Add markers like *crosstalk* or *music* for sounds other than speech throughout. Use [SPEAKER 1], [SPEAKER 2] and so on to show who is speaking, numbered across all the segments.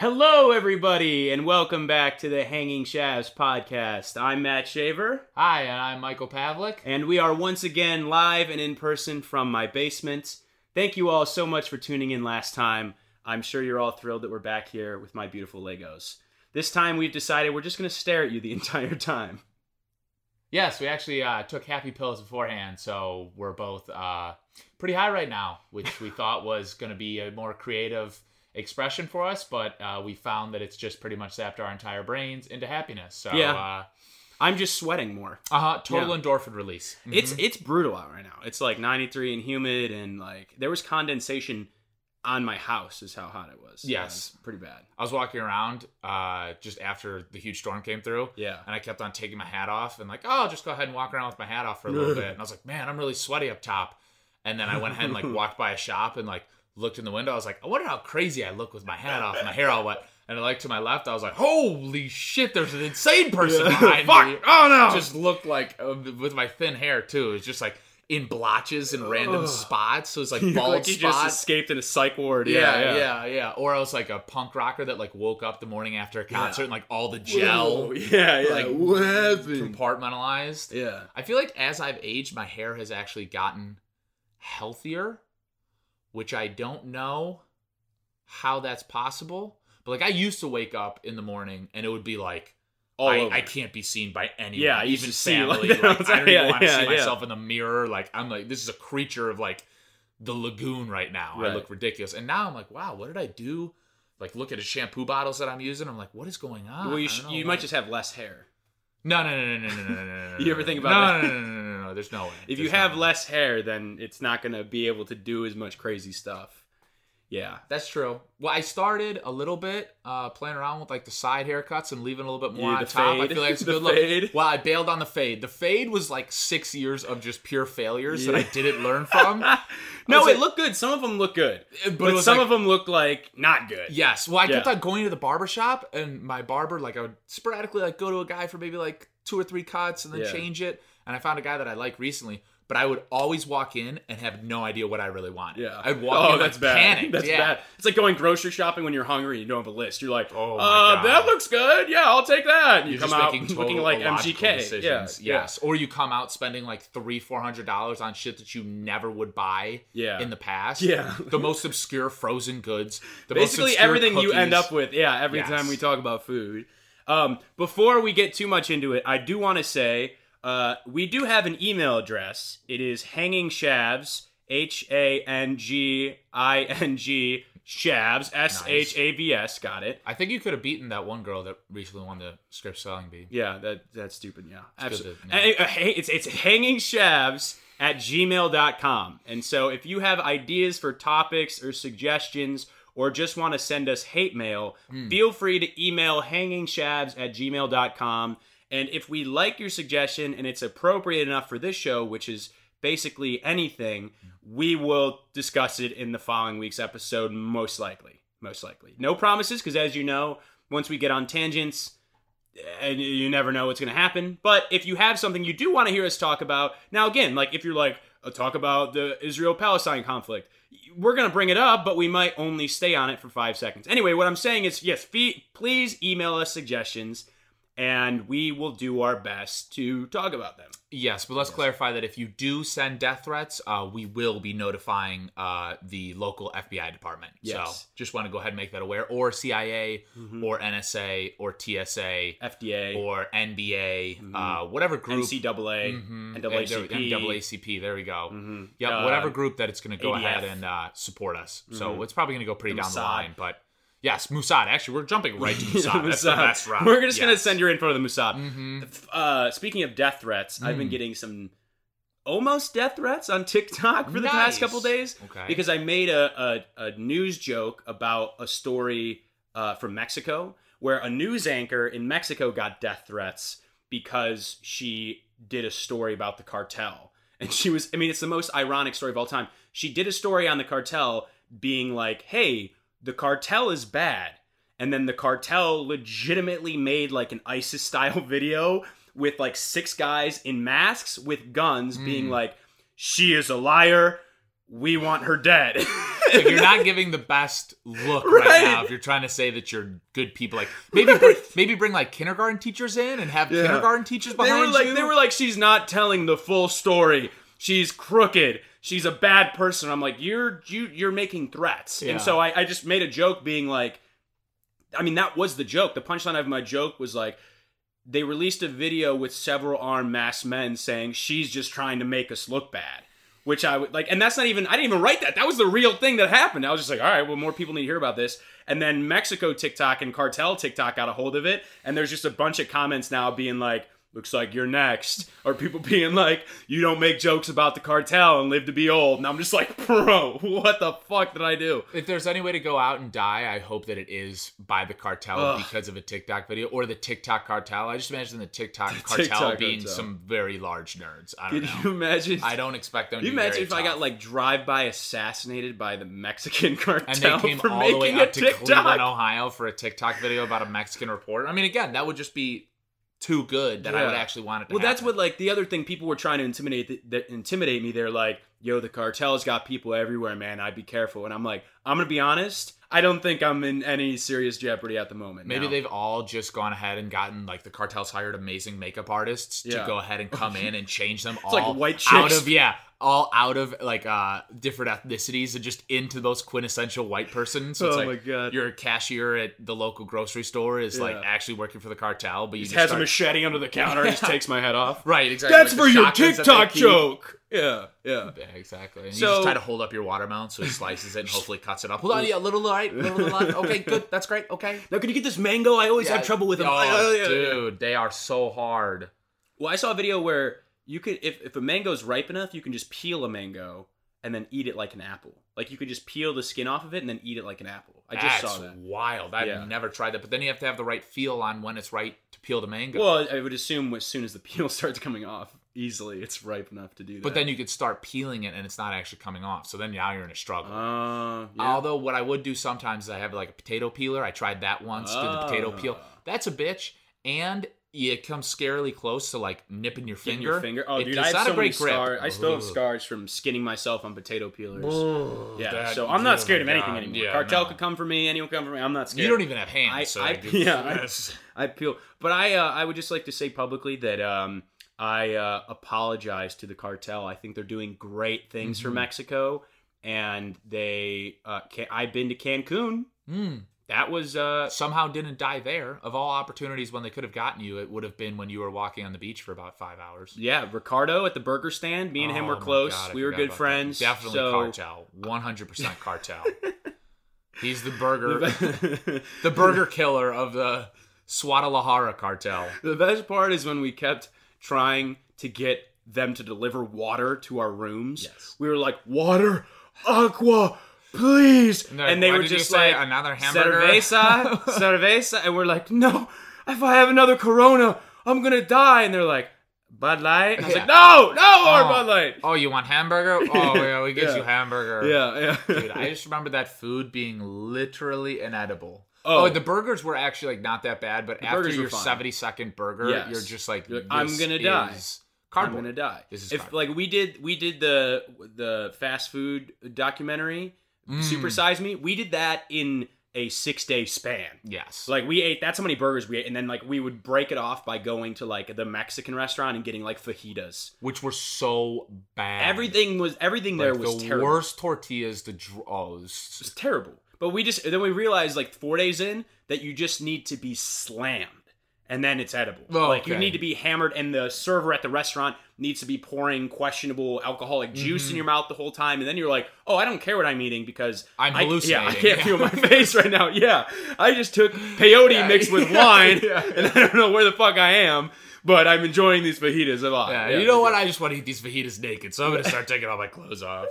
[SPEAKER 1] Hello, everybody, and welcome back to the Hanging Shafts podcast. I'm Matt Shaver,
[SPEAKER 2] Hi, and I'm Michael Pavlik.
[SPEAKER 1] and we are once again live and in person from my basement. Thank you all so much for tuning in last time. I'm sure you're all thrilled that we're back here with my beautiful Legos. This time, we've decided we're just going to stare at you the *laughs* entire time.
[SPEAKER 2] Yes, we actually uh, took happy pills beforehand, so we're both uh, pretty high right now,
[SPEAKER 1] *laughs*
[SPEAKER 2] which we thought was going to be a more creative expression for us, but uh, we found that it's just pretty much zapped our entire brains into happiness. So,
[SPEAKER 1] Yeah.
[SPEAKER 2] uh,
[SPEAKER 1] I'm just sweating more.
[SPEAKER 2] uh-huh, total endorphin release. Mhm.
[SPEAKER 1] It's it's brutal out right now. It's like 93 and humid, and like there was condensation on my house. Is how hot it was. Yeah,
[SPEAKER 2] Yes.
[SPEAKER 1] it's pretty bad.
[SPEAKER 2] I was walking around uh, just after the huge storm came through,
[SPEAKER 1] Yeah.
[SPEAKER 2] and I kept on taking my hat off and like, oh, I'll just go ahead and walk around with my hat off for a
[SPEAKER 1] *laughs*
[SPEAKER 2] little bit. And I was like, man, I'm really sweaty up top. And then I went ahead and like walked by a shop and like looked in the window. I was like, I wonder how crazy I look with my hat off, and my hair all wet. And like to my left, I was like, holy shit, there's an
[SPEAKER 1] *laughs*
[SPEAKER 2] insane person
[SPEAKER 1] Yeah.
[SPEAKER 2] behind
[SPEAKER 1] Fuck.
[SPEAKER 2] me.
[SPEAKER 1] Oh no!
[SPEAKER 2] I just looked like uh, with my thin hair too. It was just like in blotches and random
[SPEAKER 1] Ugh.
[SPEAKER 2] spots. So it's like
[SPEAKER 1] You look
[SPEAKER 2] bald
[SPEAKER 1] *laughs* like you
[SPEAKER 2] spots.
[SPEAKER 1] just escaped in a psych ward.
[SPEAKER 2] Yeah, yeah, yeah, Or I was like a punk rocker that like woke up the morning after a concert and like all the gel
[SPEAKER 1] Whoa, Yeah, yeah.
[SPEAKER 2] Like,
[SPEAKER 1] what happened?
[SPEAKER 2] compartmentalized.
[SPEAKER 1] Yeah.
[SPEAKER 2] I feel like as I've aged, my hair has actually gotten healthier, which I don't know how that's possible. But like I used to wake up in the morning and it would be like
[SPEAKER 1] All
[SPEAKER 2] I,
[SPEAKER 1] over.
[SPEAKER 2] I can't be seen by anyone,
[SPEAKER 1] Yeah, I used
[SPEAKER 2] even
[SPEAKER 1] to see you
[SPEAKER 2] family.
[SPEAKER 1] like
[SPEAKER 2] Like,
[SPEAKER 1] that. *laughs*
[SPEAKER 2] I don't even
[SPEAKER 1] Yeah,
[SPEAKER 2] want to
[SPEAKER 1] yeah,
[SPEAKER 2] see
[SPEAKER 1] yeah.
[SPEAKER 2] myself in the mirror. Like I'm like this is a creature of like the lagoon right now.
[SPEAKER 1] Right.
[SPEAKER 2] I look ridiculous, and now I'm like, wow, what did I do? Like look at the shampoo bottles that I'm using. I'm like, what is going on?
[SPEAKER 1] well, you,
[SPEAKER 2] Ah, I
[SPEAKER 1] sh-
[SPEAKER 2] don't know,
[SPEAKER 1] you
[SPEAKER 2] like-
[SPEAKER 1] might just have less hair.
[SPEAKER 2] no, no, no, no, no, no, no, no, *laughs* no.
[SPEAKER 1] You ever think
[SPEAKER 2] no,
[SPEAKER 1] about
[SPEAKER 2] no, No, no, no, no, no, no. There's no way.
[SPEAKER 1] If you
[SPEAKER 2] There's no
[SPEAKER 1] have
[SPEAKER 2] way.
[SPEAKER 1] less hair, then it's not going to be able to do as much crazy stuff. Yeah.
[SPEAKER 2] that's true. Well, I started a little bit uh, playing around with like the side haircuts and leaving a little bit more
[SPEAKER 1] Yeah,
[SPEAKER 2] on
[SPEAKER 1] the
[SPEAKER 2] top.
[SPEAKER 1] fade.
[SPEAKER 2] I feel like it's
[SPEAKER 1] *laughs*
[SPEAKER 2] a
[SPEAKER 1] The
[SPEAKER 2] *laughs* good look.
[SPEAKER 1] fade.
[SPEAKER 2] Well, I bailed on the fade. The fade was like six years of just pure failures that I
[SPEAKER 1] Yeah.
[SPEAKER 2] didn't learn *laughs* from. But,
[SPEAKER 1] *laughs* no,
[SPEAKER 2] was
[SPEAKER 1] it
[SPEAKER 2] like-
[SPEAKER 1] looked good. Some of them look good,
[SPEAKER 2] it
[SPEAKER 1] but,
[SPEAKER 2] was,
[SPEAKER 1] some
[SPEAKER 2] like,
[SPEAKER 1] of them look like not good.
[SPEAKER 2] Yes. Well, I kept
[SPEAKER 1] Yeah.
[SPEAKER 2] on going to the barber shop, and my barber, like, I would sporadically like go to a guy for maybe like two or three cuts, and then
[SPEAKER 1] Yeah.
[SPEAKER 2] change it. And I found a guy that I like recently, but I would always walk in and have no idea what I really want.
[SPEAKER 1] Yeah.
[SPEAKER 2] I'd walk
[SPEAKER 1] oh,
[SPEAKER 2] in
[SPEAKER 1] that's
[SPEAKER 2] like,
[SPEAKER 1] bad.
[SPEAKER 2] panicked.
[SPEAKER 1] That's
[SPEAKER 2] yeah.
[SPEAKER 1] bad. It's like going grocery shopping when you're hungry and you don't have a list. You're like,
[SPEAKER 2] Oh my
[SPEAKER 1] uh,
[SPEAKER 2] God.
[SPEAKER 1] that looks good. Yeah, I'll take that. And you
[SPEAKER 2] You're
[SPEAKER 1] come
[SPEAKER 2] just
[SPEAKER 1] out
[SPEAKER 2] making total
[SPEAKER 1] looking like
[SPEAKER 2] illogical
[SPEAKER 1] MGK.
[SPEAKER 2] Decisions.
[SPEAKER 1] Yeah.
[SPEAKER 2] Yes. Or you come out spending like three, four hundred dollars on shit that you never would buy
[SPEAKER 1] Yeah.
[SPEAKER 2] in the past.
[SPEAKER 1] Yeah.
[SPEAKER 2] The most obscure frozen goods. The most
[SPEAKER 1] basically
[SPEAKER 2] obscure
[SPEAKER 1] everything you end
[SPEAKER 2] cookies.
[SPEAKER 1] up with yeah every
[SPEAKER 2] Yes.
[SPEAKER 1] time we talk about food um, before we get too much into it i do want to say uh, we do have an email address it is hanging shabs h-a-n-g-i-n-g shabs s-h-a-b-s got it
[SPEAKER 2] I think you could have beaten that one girl that recently won the script spelling bee.
[SPEAKER 1] yeah that that's stupid yeah absolutely
[SPEAKER 2] good to-
[SPEAKER 1] it's, it's hanging shabs at gmail.com and so if you have ideas for topics or suggestions or just want to send us hate mail, feel free to email hangingshabs at gmail.com. And if we like your suggestion and it's appropriate enough for this show, which is basically anything, we will discuss it in the following week's episode, most likely. Most likely. No promises, because as you know, once we get on tangents, and you- you never know what's going to happen. But if you have something you do want to hear us talk about, now again, like if you're like, uh, talk about the Israel Palestine conflict, we're going to bring it up, but we might only stay on it for five seconds. Anyway, what I'm saying is, yes, fee- please email us suggestions and we will do our best to talk about them.
[SPEAKER 2] Yes, but let's clarify that if you do send death threats, uh, we will be notifying uh, the local FBI department.
[SPEAKER 1] Yes. Mm-hmm.
[SPEAKER 2] So just want to go ahead and make that aware, or CIA, or NSA, or TSA,
[SPEAKER 1] FDA,
[SPEAKER 2] or NBA,
[SPEAKER 1] Mhm.
[SPEAKER 2] uh, whatever group.
[SPEAKER 1] NCAA,
[SPEAKER 2] Mhm.
[SPEAKER 1] NAACP.
[SPEAKER 2] Yeah, there- NAACP, There we go.
[SPEAKER 1] Mhm.
[SPEAKER 2] Yep,
[SPEAKER 1] Uh,
[SPEAKER 2] whatever group that it's going to go
[SPEAKER 1] ADF.
[SPEAKER 2] ahead and uh, support us.
[SPEAKER 1] Mhm.
[SPEAKER 2] So it's probably going to go pretty
[SPEAKER 1] The
[SPEAKER 2] down the
[SPEAKER 1] Mossad.
[SPEAKER 2] line. But yes, Mossad. Actually, we're
[SPEAKER 1] *laughs*
[SPEAKER 2] jumping right to Mossad. That's the
[SPEAKER 1] Mossad.
[SPEAKER 2] best
[SPEAKER 1] *laughs*
[SPEAKER 2] route.
[SPEAKER 1] We're just going to send your info to the Mossad.
[SPEAKER 2] hmm
[SPEAKER 1] Uh, speaking of death threats, I've been
[SPEAKER 2] Mm.
[SPEAKER 1] getting some almost death threats on TikTok for the past
[SPEAKER 2] Nice.
[SPEAKER 1] couple days
[SPEAKER 2] Okay.
[SPEAKER 1] because I made a, a, a news joke about a story uh, from Mexico where a news anchor in Mexico got death threats because she did a story about the cartel. *laughs* And she was, I mean, it's the most ironic story of all time. She did a story on the cartel being like, hey, the cartel is bad. And then the cartel legitimately made like an ISIS style *laughs* video with like six guys in masks with guns being
[SPEAKER 2] Mm.
[SPEAKER 1] like, she is a liar. We want her dead.
[SPEAKER 2] Like, you're not giving the best look right.
[SPEAKER 3] Right.
[SPEAKER 2] now if you're trying to say that you're good people. Like maybe bring, maybe bring like kindergarten teachers in and have
[SPEAKER 3] Yeah.
[SPEAKER 2] kindergarten
[SPEAKER 1] *laughs*
[SPEAKER 2] teachers
[SPEAKER 1] They
[SPEAKER 2] behind
[SPEAKER 1] were like
[SPEAKER 2] you.
[SPEAKER 1] they were like she's not telling the full story. She's crooked. She's a bad person. I'm like you're you you're making threats.
[SPEAKER 2] Yeah.
[SPEAKER 1] And so I, I just made a joke being like I mean that was the joke. The punchline of my joke was like they released a video with several armed masked men saying she's just trying to make us look bad. Which I would like, and that's not even, I didn't even write that. That was the real thing that happened. I was just like, all right, well, more people need to hear about this. And then Mexico TikTok and Cartel TikTok got a hold of it. And there's just a bunch of comments now being like, looks like you're next. *laughs* Or people being like, you don't make jokes about the cartel and live to be old. And I'm just like, *laughs* bro, what the fuck did I do?
[SPEAKER 2] if there's any way to go out and die, I hope that it is by the cartel
[SPEAKER 1] Ugh.
[SPEAKER 2] because of a TikTok video or the TikTok cartel. I just imagine the TikTok cartel
[SPEAKER 1] TikTok
[SPEAKER 2] being
[SPEAKER 1] cartel.
[SPEAKER 2] some very large nerds. I don't
[SPEAKER 1] Could
[SPEAKER 2] know.
[SPEAKER 1] you imagine?
[SPEAKER 2] I don't expect them.
[SPEAKER 1] Can you
[SPEAKER 2] to be
[SPEAKER 1] imagine
[SPEAKER 2] very
[SPEAKER 1] if I got
[SPEAKER 2] tough.
[SPEAKER 1] like drive by assassinated by the Mexican *laughs* cartel
[SPEAKER 2] and they came
[SPEAKER 1] for
[SPEAKER 2] all the
[SPEAKER 1] making
[SPEAKER 2] way
[SPEAKER 1] a
[SPEAKER 2] up to
[SPEAKER 1] TikTok?
[SPEAKER 2] Cleveland, Ohio, for a TikTok video about a Mexican reporter. I mean, again, that would just be too good that I would
[SPEAKER 1] Yeah.
[SPEAKER 2] actually want it. To
[SPEAKER 1] Well, that's
[SPEAKER 2] happen.
[SPEAKER 1] what like the other thing people were trying to intimidate th- that intimidate me. They're like, "Yo, the cartel's got people everywhere, man. I'd be careful." And I'm like, "I'm gonna be honest. I don't think I'm in any serious jeopardy at the moment."
[SPEAKER 2] Maybe
[SPEAKER 1] no.
[SPEAKER 2] they've all just gone ahead and gotten like the cartels hired amazing makeup artists to
[SPEAKER 1] Yeah.
[SPEAKER 2] go ahead and come in and
[SPEAKER 1] *laughs*
[SPEAKER 2] change them all
[SPEAKER 1] like white
[SPEAKER 2] out
[SPEAKER 1] chicks.
[SPEAKER 2] of *laughs* yeah, all out of like uh different ethnicities and just into those quintessential white persons. So it's
[SPEAKER 1] Oh
[SPEAKER 2] like
[SPEAKER 1] my God.
[SPEAKER 2] your cashier at the local grocery store is like
[SPEAKER 1] Yeah.
[SPEAKER 2] actually working for the cartel, but
[SPEAKER 1] He
[SPEAKER 2] you just
[SPEAKER 1] has
[SPEAKER 2] start-
[SPEAKER 1] a machete under the counter and just takes my head off.
[SPEAKER 2] right exactly.
[SPEAKER 1] That's
[SPEAKER 2] like,
[SPEAKER 1] for
[SPEAKER 2] the
[SPEAKER 1] your
[SPEAKER 2] shotguns that they
[SPEAKER 1] TikTok
[SPEAKER 2] keep.
[SPEAKER 1] joke. Yeah, yeah.
[SPEAKER 2] *laughs* Yeah, exactly. And you
[SPEAKER 1] So-
[SPEAKER 2] just try to hold up your watermelon so he
[SPEAKER 1] *laughs*
[SPEAKER 2] slices it and hopefully cuts it up. Hold on, yeah, a little light, a little light. Okay, good. That's great. Okay.
[SPEAKER 1] Now, can you get this mango? I always have trouble with them.
[SPEAKER 2] Oh,
[SPEAKER 1] Yeah, yeah, yeah.
[SPEAKER 2] dude, they are so hard.
[SPEAKER 1] Well, I saw a video where you could, if, if a mango's ripe enough, you can just peel a mango and then eat it like an apple. Like you could just peel the skin off of it and then eat it like an apple. I just
[SPEAKER 2] That's
[SPEAKER 1] saw that.
[SPEAKER 2] wild. I've
[SPEAKER 1] Yeah.
[SPEAKER 2] never tried that. But then you have to have the right feel on when it's right to peel the mango.
[SPEAKER 1] Well, I would assume as soon as the *laughs* peel starts coming off, easily it's ripe enough to do that.
[SPEAKER 2] but then you could start peeling it and it's not actually coming off. So then now you're in a struggle.
[SPEAKER 1] uh, yeah.
[SPEAKER 2] Although what I would do sometimes is I have like a potato peeler. I tried that once, did the potato peel.
[SPEAKER 1] Ah.
[SPEAKER 2] That's a bitch. And you come scarily close to like nipping your
[SPEAKER 1] Getting
[SPEAKER 2] finger.
[SPEAKER 1] your finger. Oh,
[SPEAKER 2] It-
[SPEAKER 1] dude,
[SPEAKER 2] it's
[SPEAKER 1] I have
[SPEAKER 2] not
[SPEAKER 1] so
[SPEAKER 2] a
[SPEAKER 1] many
[SPEAKER 2] great grip.
[SPEAKER 1] scars. I still have
[SPEAKER 2] Ugh.
[SPEAKER 1] scars from skinning myself on potato peelers. yeah,
[SPEAKER 2] that-
[SPEAKER 1] so I'm not
[SPEAKER 2] oh
[SPEAKER 1] scared of
[SPEAKER 2] my
[SPEAKER 1] anything
[SPEAKER 2] God.
[SPEAKER 1] anymore.
[SPEAKER 2] Yeah,
[SPEAKER 1] Cartel
[SPEAKER 2] no.
[SPEAKER 1] could come for me. Anyone could come for me. I'm not scared.
[SPEAKER 2] You don't e- even have hands,
[SPEAKER 1] I-
[SPEAKER 2] so
[SPEAKER 1] I- *laughs*
[SPEAKER 2] guess-
[SPEAKER 1] yeah, I- I peel. But I, uh, I would just like to say publicly that um, I uh, apologize to the cartel. I think they're doing great things for
[SPEAKER 2] Mhm.
[SPEAKER 1] Mexico, and they. Uh, can- I've been to Cancun.
[SPEAKER 2] Mm.
[SPEAKER 1] That was uh,
[SPEAKER 2] somehow didn't die there. Of all opportunities when they could have gotten you, it would have been when you were walking on the beach for about five hours.
[SPEAKER 1] yeah. Ricardo at the burger stand. Me and him
[SPEAKER 2] Oh
[SPEAKER 1] were
[SPEAKER 2] my
[SPEAKER 1] close.
[SPEAKER 2] God, I
[SPEAKER 1] we were
[SPEAKER 2] forgot
[SPEAKER 1] good
[SPEAKER 2] about that.
[SPEAKER 1] friends.
[SPEAKER 2] Definitely
[SPEAKER 1] so-
[SPEAKER 2] cartel. One hundred percent
[SPEAKER 1] *laughs*
[SPEAKER 2] cartel. He's the burger, the burger killer of the Guadalajara cartel.
[SPEAKER 1] The best part is when we kept trying to get them to deliver water to our rooms.
[SPEAKER 2] Yes.
[SPEAKER 1] We were like, water, aqua, please.
[SPEAKER 2] No,
[SPEAKER 1] and they
[SPEAKER 2] why
[SPEAKER 1] were
[SPEAKER 2] did you
[SPEAKER 1] just
[SPEAKER 2] say
[SPEAKER 1] like,
[SPEAKER 2] another hamburger? *laughs*
[SPEAKER 1] cerveza, *laughs* cerveza. And we're like, no, if I have another Corona, I'm going to die. And they're like, Bud Light. And I was
[SPEAKER 2] Yeah.
[SPEAKER 1] like, no, no more
[SPEAKER 2] Oh.
[SPEAKER 1] Bud Light.
[SPEAKER 2] Oh, you want hamburger? Oh, yeah, we get
[SPEAKER 1] Yeah.
[SPEAKER 2] you hamburger.
[SPEAKER 1] Yeah, yeah.
[SPEAKER 2] Dude, I just remember that food being literally inedible.
[SPEAKER 1] *laughs* Oh.
[SPEAKER 2] Oh, the burgers were actually like not that bad, but after
[SPEAKER 1] burgers were
[SPEAKER 2] your
[SPEAKER 1] fine.
[SPEAKER 2] seventy second burger,
[SPEAKER 1] Yes.
[SPEAKER 2] you're just like,
[SPEAKER 1] You're like, I'm
[SPEAKER 2] this
[SPEAKER 1] gonna die.
[SPEAKER 2] is
[SPEAKER 1] I'm
[SPEAKER 2] Cardboard.
[SPEAKER 1] gonna die.
[SPEAKER 2] This is
[SPEAKER 1] if
[SPEAKER 2] cardboard.
[SPEAKER 1] like we did, we did the the fast food documentary,
[SPEAKER 2] Mm.
[SPEAKER 1] Super Size Me. We did that in a six day span.
[SPEAKER 2] Yes.
[SPEAKER 1] So, like we ate that's how many burgers we ate, and then like we would break it off by going to like the Mexican restaurant and getting like fajitas.
[SPEAKER 2] which were so bad.
[SPEAKER 1] Everything was everything
[SPEAKER 2] Like,
[SPEAKER 1] there was
[SPEAKER 2] the
[SPEAKER 1] terrible.
[SPEAKER 2] worst tortillas. The dr- oh, it was-
[SPEAKER 1] It was terrible. But we just then we realized like four days in that you just need to be slammed. And then it's edible.
[SPEAKER 2] Oh,
[SPEAKER 1] like you
[SPEAKER 2] okay.
[SPEAKER 1] need to be hammered, and the server at the restaurant needs to be pouring questionable alcoholic juice
[SPEAKER 2] Mm-hmm.
[SPEAKER 1] in your mouth the whole time. And then you're like, "Oh, I don't care what I'm eating because
[SPEAKER 2] I'm
[SPEAKER 1] I, Yeah, I
[SPEAKER 2] hallucinating."
[SPEAKER 1] can't
[SPEAKER 2] Yeah. *laughs*
[SPEAKER 1] feel my face right now. Yeah, I just took peyote
[SPEAKER 2] Yeah,
[SPEAKER 1] mixed with
[SPEAKER 2] yeah,
[SPEAKER 1] wine,
[SPEAKER 2] *laughs* yeah.
[SPEAKER 1] and I don't know where the fuck I am, but I'm enjoying these fajitas a lot.
[SPEAKER 2] yeah, you know what? I just want to eat these fajitas naked, so I'm gonna start taking all my clothes off.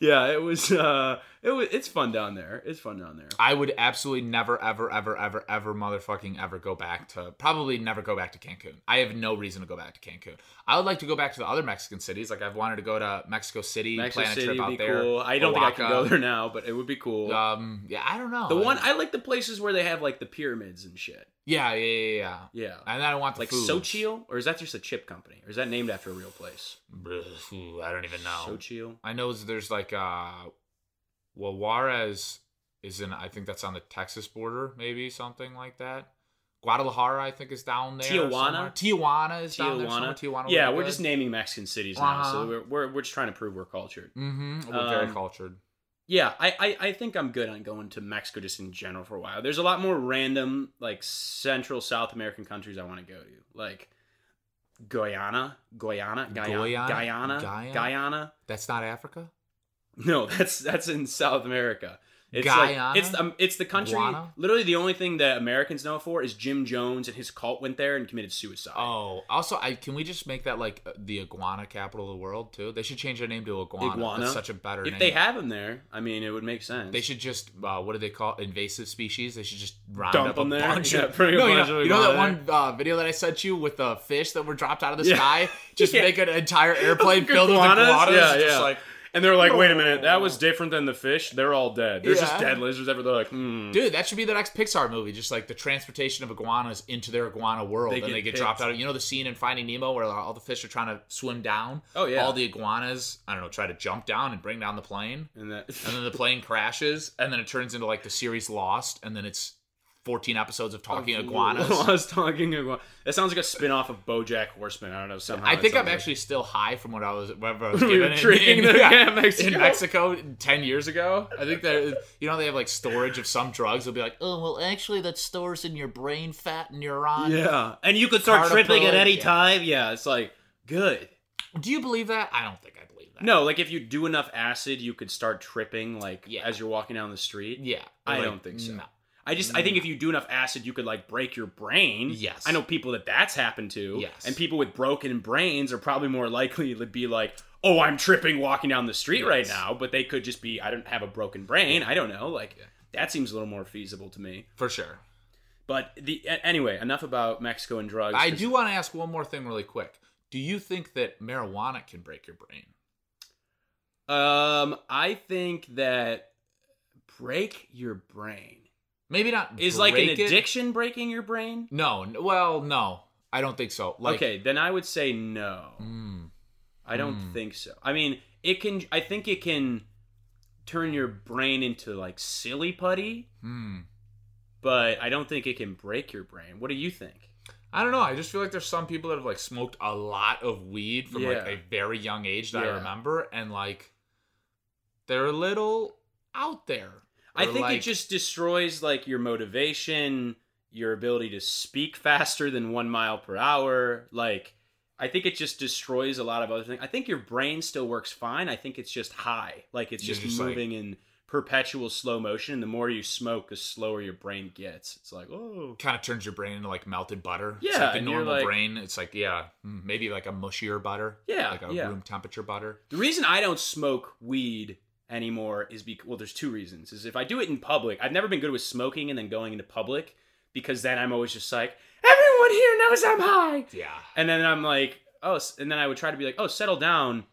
[SPEAKER 1] Yeah, it was. uh It was. It's fun down there. It's fun down there.
[SPEAKER 2] I would absolutely never, ever, ever, ever, ever, motherfucking ever go back to probably never go back to Cancun. I have no reason to go back to Cancun. I would like to go back to the other Mexican cities. Like I've wanted to go to Mexico City,
[SPEAKER 1] Mexico
[SPEAKER 2] plan a
[SPEAKER 1] City
[SPEAKER 2] trip
[SPEAKER 1] would
[SPEAKER 2] out
[SPEAKER 1] be
[SPEAKER 2] there.
[SPEAKER 1] cool. I don't think I can
[SPEAKER 2] Oaxaca.
[SPEAKER 1] go there now, but it would be cool.
[SPEAKER 2] Um, yeah, I don't know.
[SPEAKER 1] the one
[SPEAKER 2] I,
[SPEAKER 1] I like the places where they have like the pyramids and shit.
[SPEAKER 2] yeah, yeah, yeah, yeah.
[SPEAKER 1] Yeah,
[SPEAKER 2] And I don't want the
[SPEAKER 1] like
[SPEAKER 2] food.
[SPEAKER 1] Sochil, or is that just a chip company, or is that named after a real place?
[SPEAKER 2] Ugh, I don't even know.
[SPEAKER 1] Sochil.
[SPEAKER 2] I know there's like uh Well, Juarez is in. I think that's on the Texas border, maybe something like that. Guadalajara, I think, is down there.
[SPEAKER 1] Tijuana?
[SPEAKER 2] somewhere. Tijuana is down there. somewhere.
[SPEAKER 1] Tijuana.
[SPEAKER 2] Tijuana.
[SPEAKER 1] yeah, we're just naming Mexican cities now, so
[SPEAKER 2] Uh-huh.
[SPEAKER 1] we're, we're we're just trying to prove we're cultured.
[SPEAKER 2] Mm-hmm. We're very
[SPEAKER 1] Um,
[SPEAKER 2] cultured.
[SPEAKER 1] Yeah, I, I I think I'm good on going to Mexico just in general for a while. There's a lot more random like Central South American countries I want to go to, like Guyana, Guyana, Guyana,
[SPEAKER 2] Guyana?
[SPEAKER 1] Guyana,
[SPEAKER 2] Guyana?
[SPEAKER 1] Guyana.
[SPEAKER 2] That's not Africa.
[SPEAKER 1] *laughs* No, that's that's in South America. It's like
[SPEAKER 2] Guyana?
[SPEAKER 1] it's um, it's the country.
[SPEAKER 2] Guana?
[SPEAKER 1] Literally, the only thing that Americans know for is Jim Jones and his cult went there and committed suicide.
[SPEAKER 2] Oh, also, I can we just make that like the iguana capital of the world too? They should change their name to iguana.
[SPEAKER 1] Iguana?
[SPEAKER 2] That's such a better
[SPEAKER 1] if
[SPEAKER 2] name.
[SPEAKER 1] they have him there, I mean, it would make sense.
[SPEAKER 2] They should just uh, what do they call it? invasive species? They should just round
[SPEAKER 1] Dump
[SPEAKER 2] up
[SPEAKER 1] them
[SPEAKER 2] a
[SPEAKER 1] there? *laughs*
[SPEAKER 2] bunch
[SPEAKER 1] Yeah,
[SPEAKER 2] of.
[SPEAKER 1] bring a
[SPEAKER 2] no, you
[SPEAKER 1] bunch
[SPEAKER 2] know,
[SPEAKER 1] of
[SPEAKER 2] you know that
[SPEAKER 1] iguana
[SPEAKER 2] one uh, video that I sent you with the fish that were dropped out of the
[SPEAKER 1] Yeah. *laughs*
[SPEAKER 2] sky? Just
[SPEAKER 1] Yeah.
[SPEAKER 2] make an entire
[SPEAKER 1] *laughs*
[SPEAKER 2] airplane filled with
[SPEAKER 1] Iguanas?
[SPEAKER 2] iguanas.
[SPEAKER 1] Yeah,
[SPEAKER 2] Just
[SPEAKER 1] yeah.
[SPEAKER 2] like, "Oh."
[SPEAKER 1] and they're like, wait a minute, that was different than the fish. They're all dead. There's just
[SPEAKER 2] Yeah.
[SPEAKER 1] dead lizards everywhere. They're like, hmm.
[SPEAKER 2] dude, that should be the next Pixar movie. Just like the transportation of iguanas into their iguana world,
[SPEAKER 1] They
[SPEAKER 2] and
[SPEAKER 1] get
[SPEAKER 2] they get
[SPEAKER 1] picked.
[SPEAKER 2] dropped out. of You know the scene in Finding Nemo where all the fish are trying to swim down.
[SPEAKER 1] Oh, yeah.
[SPEAKER 2] all the iguanas. I don't know, try to jump down and bring down the plane.
[SPEAKER 1] And that,
[SPEAKER 2] and then the plane crashes, and then it turns into like the series Lost, and then it's 14 episodes of talking
[SPEAKER 1] *laughs*
[SPEAKER 2] iguanas.
[SPEAKER 1] I was talking iguana. That sounds like a spin off of BoJack Horseman. I don't know. Somehow,
[SPEAKER 2] I
[SPEAKER 1] that
[SPEAKER 2] think
[SPEAKER 1] sounds
[SPEAKER 2] I'm
[SPEAKER 1] like-
[SPEAKER 2] actually still high from what I was, whatever I
[SPEAKER 1] *laughs*
[SPEAKER 2] was
[SPEAKER 1] We were
[SPEAKER 2] given in,
[SPEAKER 1] drinking
[SPEAKER 2] in, *laughs*
[SPEAKER 1] the-
[SPEAKER 2] yeah,
[SPEAKER 1] yeah, Mexico.
[SPEAKER 2] in Mexico 10 years ago. I think that you know they have like storage of some drugs. They'll be like, oh well, actually that stores in your brain fat and neuron.
[SPEAKER 1] Yeah, and you could start
[SPEAKER 2] Carnivore,
[SPEAKER 1] tripping at any
[SPEAKER 2] yeah.
[SPEAKER 1] time. Yeah, it's like good.
[SPEAKER 2] Do you believe that? I don't think I believe that.
[SPEAKER 1] No, like if you do enough acid, you could start tripping like
[SPEAKER 2] Yeah.
[SPEAKER 1] as you're walking down the street.
[SPEAKER 2] Yeah,
[SPEAKER 1] I
[SPEAKER 2] Like,
[SPEAKER 1] don't think so.
[SPEAKER 2] No.
[SPEAKER 1] I just I think if you do enough acid, you could like break your brain.
[SPEAKER 2] Yes.
[SPEAKER 1] Hmm? I know people that that's happened to.
[SPEAKER 2] Yes.
[SPEAKER 1] and people with broken brains are probably more likely to be like, "Oh, I'm tripping walking down the street right
[SPEAKER 2] Yes.
[SPEAKER 1] now," but they could just be, "I don't have a broken brain." I don't know. Like that seems a little more feasible to me.
[SPEAKER 2] for sure.
[SPEAKER 1] But the a- anyway, enough about Mexico and drugs.
[SPEAKER 2] I
[SPEAKER 1] 'cause
[SPEAKER 2] do want to ask one more thing really quick. Do you think that marijuana can break your brain?
[SPEAKER 1] Um, I think that break your brain
[SPEAKER 2] Maybe not.
[SPEAKER 1] is like an
[SPEAKER 2] break it.
[SPEAKER 1] addiction breaking your brain.
[SPEAKER 2] No, n- well, no, I don't think so. Like,
[SPEAKER 1] okay, then I would say no.
[SPEAKER 2] mm,
[SPEAKER 1] I don't
[SPEAKER 2] mm.
[SPEAKER 1] think so. I mean, it can. I think it can turn your brain into like silly putty,
[SPEAKER 2] mm.
[SPEAKER 1] but I don't think it can break your brain. What do you think?
[SPEAKER 2] I don't know. I just feel like there's some people that have like smoked a lot of weed from like
[SPEAKER 1] Yeah.
[SPEAKER 2] a very young age that
[SPEAKER 1] Yeah.
[SPEAKER 2] I remember, and like they're a little out there.
[SPEAKER 1] I
[SPEAKER 2] Or,
[SPEAKER 1] think it
[SPEAKER 2] like-
[SPEAKER 1] just destroys like your motivation, your ability to speak faster than one mile per hour. Like, I think it just destroys a lot of other things. I think your brain still works fine. I think it's just high. Like, it's
[SPEAKER 2] You're
[SPEAKER 1] just,
[SPEAKER 2] just, like-
[SPEAKER 1] moving in perpetual slow motion. And the more you smoke, the slower your brain gets. It's like, oh.
[SPEAKER 2] kind of turns your brain into like melted butter.
[SPEAKER 1] Yeah,
[SPEAKER 2] it's like the
[SPEAKER 1] and you're
[SPEAKER 2] normal
[SPEAKER 1] like-
[SPEAKER 2] brain. It's like yeah, mm, maybe like a mushier butter.
[SPEAKER 1] Yeah,
[SPEAKER 2] like a
[SPEAKER 1] yeah.
[SPEAKER 2] room temperature butter.
[SPEAKER 1] The reason I don't smoke weed anymore is because well, there's two reasons. Is if I do it in public, I've never been good with smoking and then going into public because then I'm always just like, everyone here knows I'm high.
[SPEAKER 2] Yeah,
[SPEAKER 1] And then I'm like, oh, s- and then I would try to be like, oh, settle down.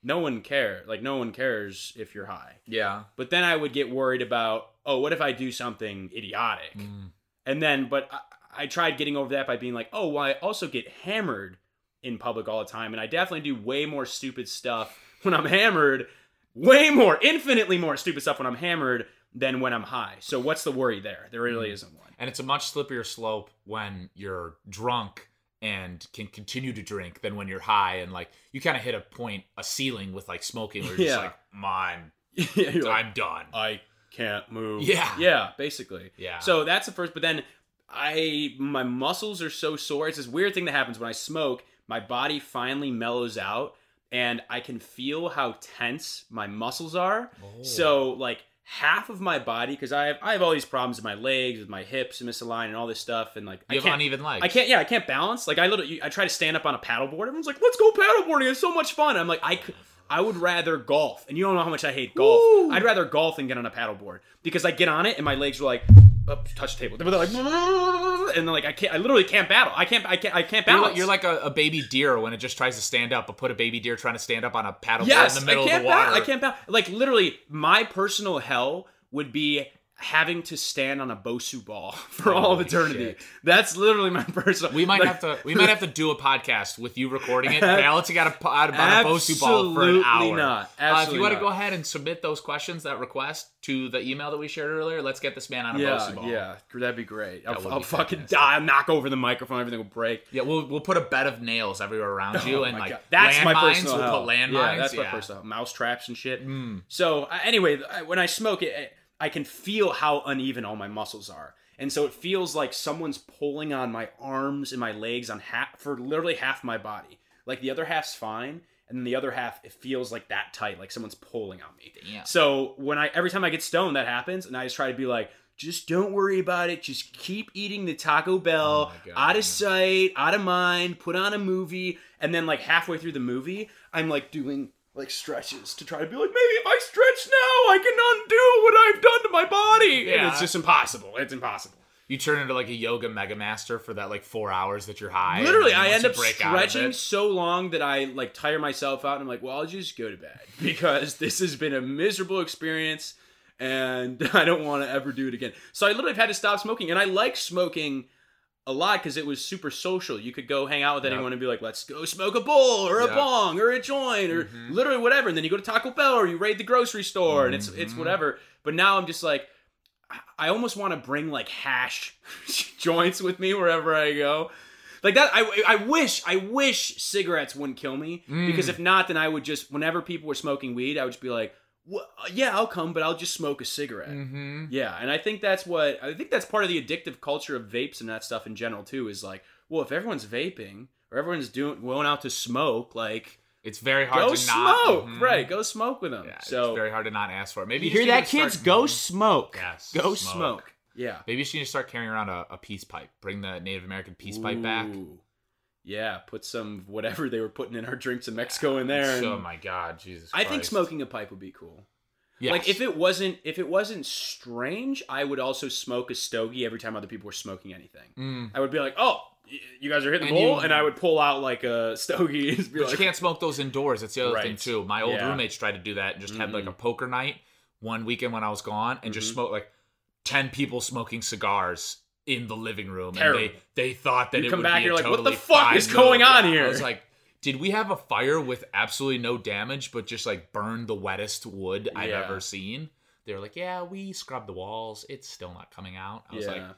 [SPEAKER 1] No one care. Like no one cares if you're high.
[SPEAKER 2] yeah.
[SPEAKER 1] But then I would get worried about, oh, what if I do something idiotic?
[SPEAKER 2] Mm.
[SPEAKER 1] And then, but I, I tried getting over that by being like, oh, well, I also get hammered in public all the time, and I definitely do way more stupid stuff *laughs* when I'm hammered. Way more, infinitely more stupid stuff when I'm hammered than when I'm high. So what's the worry there? There really isn't one. *laughs*
[SPEAKER 2] And it's a much slippier slope when you're drunk and can continue to drink than when you're high and like you kind of hit a point, a ceiling with like smoking where you're
[SPEAKER 1] Yeah.
[SPEAKER 2] just like, mine,
[SPEAKER 1] yeah, you're like,
[SPEAKER 2] I'm done.
[SPEAKER 1] I can't move.
[SPEAKER 2] Yeah.
[SPEAKER 1] yeah, basically.
[SPEAKER 2] yeah.
[SPEAKER 1] So that's the first. But then I my muscles are so sore. It's this weird thing that happens when I smoke. My body finally mellows out, and I can feel how tense my muscles are.
[SPEAKER 2] Oh.
[SPEAKER 1] So like half of my body, because I have I have all these problems with my legs, with my hips misaligned, and all this stuff, and like
[SPEAKER 2] you
[SPEAKER 1] I
[SPEAKER 2] have
[SPEAKER 1] can't.
[SPEAKER 2] uneven legs.
[SPEAKER 1] I can't. Yeah, I can't balance. Like I literally, I try to stand up on a paddleboard. Everyone's like, "Let's go paddleboarding! It's so much fun." I'm like, I could, I would rather golf, and you don't know how much I hate golf.
[SPEAKER 2] Woo.
[SPEAKER 1] I'd rather golf than get on a paddleboard because I get on it and my legs are like, up, touch the table. They're like, *laughs* and then like I can't. I literally can't battle. I can't. I can't. I can't
[SPEAKER 2] You're
[SPEAKER 1] balance.
[SPEAKER 2] like, you're like a, a baby deer when it just tries to stand up, but put a baby deer trying to stand up on a paddleboard
[SPEAKER 1] yes,
[SPEAKER 2] in the middle
[SPEAKER 1] I
[SPEAKER 2] of
[SPEAKER 1] can't
[SPEAKER 2] the water.
[SPEAKER 1] Bat- I can't bat Like literally, my personal hell would be having to stand on a Bosu ball *laughs* for all of eternity. That's literally my *laughs* personal.
[SPEAKER 2] We might
[SPEAKER 1] like,
[SPEAKER 2] have to we might have to do a podcast with you recording
[SPEAKER 1] *laughs*
[SPEAKER 2] it, balancing out, a, po- out about a Bosu ball for an
[SPEAKER 1] Absolutely
[SPEAKER 2] hour.
[SPEAKER 1] not.
[SPEAKER 2] Uh, if you
[SPEAKER 1] Absolutely
[SPEAKER 2] want to
[SPEAKER 1] not.
[SPEAKER 2] go ahead and submit those questions, that request to the email that we shared earlier, let's get this man on a
[SPEAKER 1] Yeah,
[SPEAKER 2] Bosu ball.
[SPEAKER 1] yeah, that'd be great. I'll,
[SPEAKER 2] would
[SPEAKER 1] I'll
[SPEAKER 2] be
[SPEAKER 1] fucking
[SPEAKER 2] fantastic.
[SPEAKER 1] die. I'll knock over the microphone. Everything will break.
[SPEAKER 2] Yeah, we'll we'll put a bed of nails everywhere around you, and
[SPEAKER 1] Oh my
[SPEAKER 2] like
[SPEAKER 1] God. that's my
[SPEAKER 2] Oh landmines,
[SPEAKER 1] personal.
[SPEAKER 2] We'll
[SPEAKER 1] hell.
[SPEAKER 2] put landmines.
[SPEAKER 1] Yeah, that's my
[SPEAKER 2] yeah. Hmm.
[SPEAKER 1] personal hell. mouse traps and shit. So uh, anyway, I, when I smoke it, I, I can feel how uneven all my muscles are, and so it feels like someone's pulling on my arms and my legs on half for literally half my body. Like the other half's fine, and then the other half it feels like that tight, like someone's pulling on me.
[SPEAKER 2] Damn.
[SPEAKER 1] So when I every time I get stoned, that happens, and I just try to be like, just don't worry about it. Just keep eating the Taco Bell
[SPEAKER 2] Oh my God.
[SPEAKER 1] out of sight, out of mind. Put on a movie, and then like halfway through the movie, I'm like doing like stretches to try to be like, maybe if I stretch now, I can undo what I've done to my body. And
[SPEAKER 2] Yeah.
[SPEAKER 1] it's just impossible. It's impossible.
[SPEAKER 2] You turn into like a yoga mega master for that like four hours that you're high. and
[SPEAKER 1] Literally,
[SPEAKER 2] then
[SPEAKER 1] I
[SPEAKER 2] once
[SPEAKER 1] end
[SPEAKER 2] you
[SPEAKER 1] up
[SPEAKER 2] break out of it-
[SPEAKER 1] stretching so long that I like tire myself out. And I'm like, well, I'll just go to bed *laughs* because this has been a miserable experience, and *laughs* I don't want to ever do it again. So I literally have had to stop smoking, and I like smoking a lot because it was super social. You could go hang out with
[SPEAKER 2] Yeah.
[SPEAKER 1] anyone and be like, let's go smoke a bowl or a
[SPEAKER 2] Yeah. Mm-hmm.
[SPEAKER 1] bong or a joint or literally whatever. And then you go to Taco Bell or you raid the grocery store, and it's it's
[SPEAKER 2] Mhm.
[SPEAKER 1] whatever. But now I'm just like. I- I almost want to bring like hash *laughs* joints with me wherever I go. Like that, I, I wish, I wish cigarettes wouldn't kill me
[SPEAKER 2] Mm.
[SPEAKER 1] because if not, then I would just, whenever people were smoking weed, I would just be like, well, yeah, I'll come, but I'll just smoke a cigarette.
[SPEAKER 2] Mhm.
[SPEAKER 1] Yeah. And I think that's what, I think that's part of the addictive culture of vapes and that stuff in general too is like, well, if everyone's vaping or everyone's doing, going out to smoke, like,
[SPEAKER 2] It's very hard
[SPEAKER 1] go
[SPEAKER 2] to
[SPEAKER 1] smoke.
[SPEAKER 2] not Mhm.
[SPEAKER 1] Right. Go smoke with them.
[SPEAKER 2] Yeah,
[SPEAKER 1] so,
[SPEAKER 2] it's very hard to not ask for it. Maybe
[SPEAKER 1] you
[SPEAKER 2] just
[SPEAKER 1] hear
[SPEAKER 2] need
[SPEAKER 1] that,
[SPEAKER 2] to start-
[SPEAKER 1] kids? Go smoke.
[SPEAKER 2] Yes,
[SPEAKER 1] Go
[SPEAKER 2] smoke.
[SPEAKER 1] smoke. Yeah.
[SPEAKER 2] Maybe you should just start carrying around a, a peace pipe. Bring the Native American peace pipe back.
[SPEAKER 1] Ooh. Yeah, put some whatever they were putting in our drinks in Mexico in there.
[SPEAKER 2] So, oh
[SPEAKER 1] and-
[SPEAKER 2] my God, Jesus!
[SPEAKER 1] I
[SPEAKER 2] Christ.
[SPEAKER 1] think smoking a pipe would be cool.
[SPEAKER 2] Yes.
[SPEAKER 1] Like if it wasn't if it wasn't strange, I would also smoke a stogie every time other people were smoking anything.
[SPEAKER 2] Mm.
[SPEAKER 1] I would be like, "Oh, y- you guys are hitting the
[SPEAKER 2] And
[SPEAKER 1] bowl,"
[SPEAKER 2] you-
[SPEAKER 1] and I would pull out like a stogie and be
[SPEAKER 2] But
[SPEAKER 1] like,
[SPEAKER 2] you can't smoke those indoors. That's the other thing
[SPEAKER 1] Right.
[SPEAKER 2] too. My old
[SPEAKER 1] Yeah. Mm-hmm.
[SPEAKER 2] roommates tried to do that and just had like a poker night one weekend when I was gone and just smoked like ten people smoking cigars in the living room. And
[SPEAKER 1] Terrible.
[SPEAKER 2] they they thought that
[SPEAKER 1] You
[SPEAKER 2] it
[SPEAKER 1] come
[SPEAKER 2] would
[SPEAKER 1] back,
[SPEAKER 2] be
[SPEAKER 1] you're
[SPEAKER 2] a
[SPEAKER 1] like, what the
[SPEAKER 2] totally
[SPEAKER 1] fuck
[SPEAKER 2] fine
[SPEAKER 1] is going
[SPEAKER 2] move.
[SPEAKER 1] on
[SPEAKER 2] Yeah,
[SPEAKER 1] here?
[SPEAKER 2] I was like, did we have a fire with absolutely no damage, but just like burned the wettest wood I've
[SPEAKER 1] Yeah.
[SPEAKER 2] ever seen? They were like, yeah, we scrubbed the walls. It's still not coming out. I was like,
[SPEAKER 1] Yeah.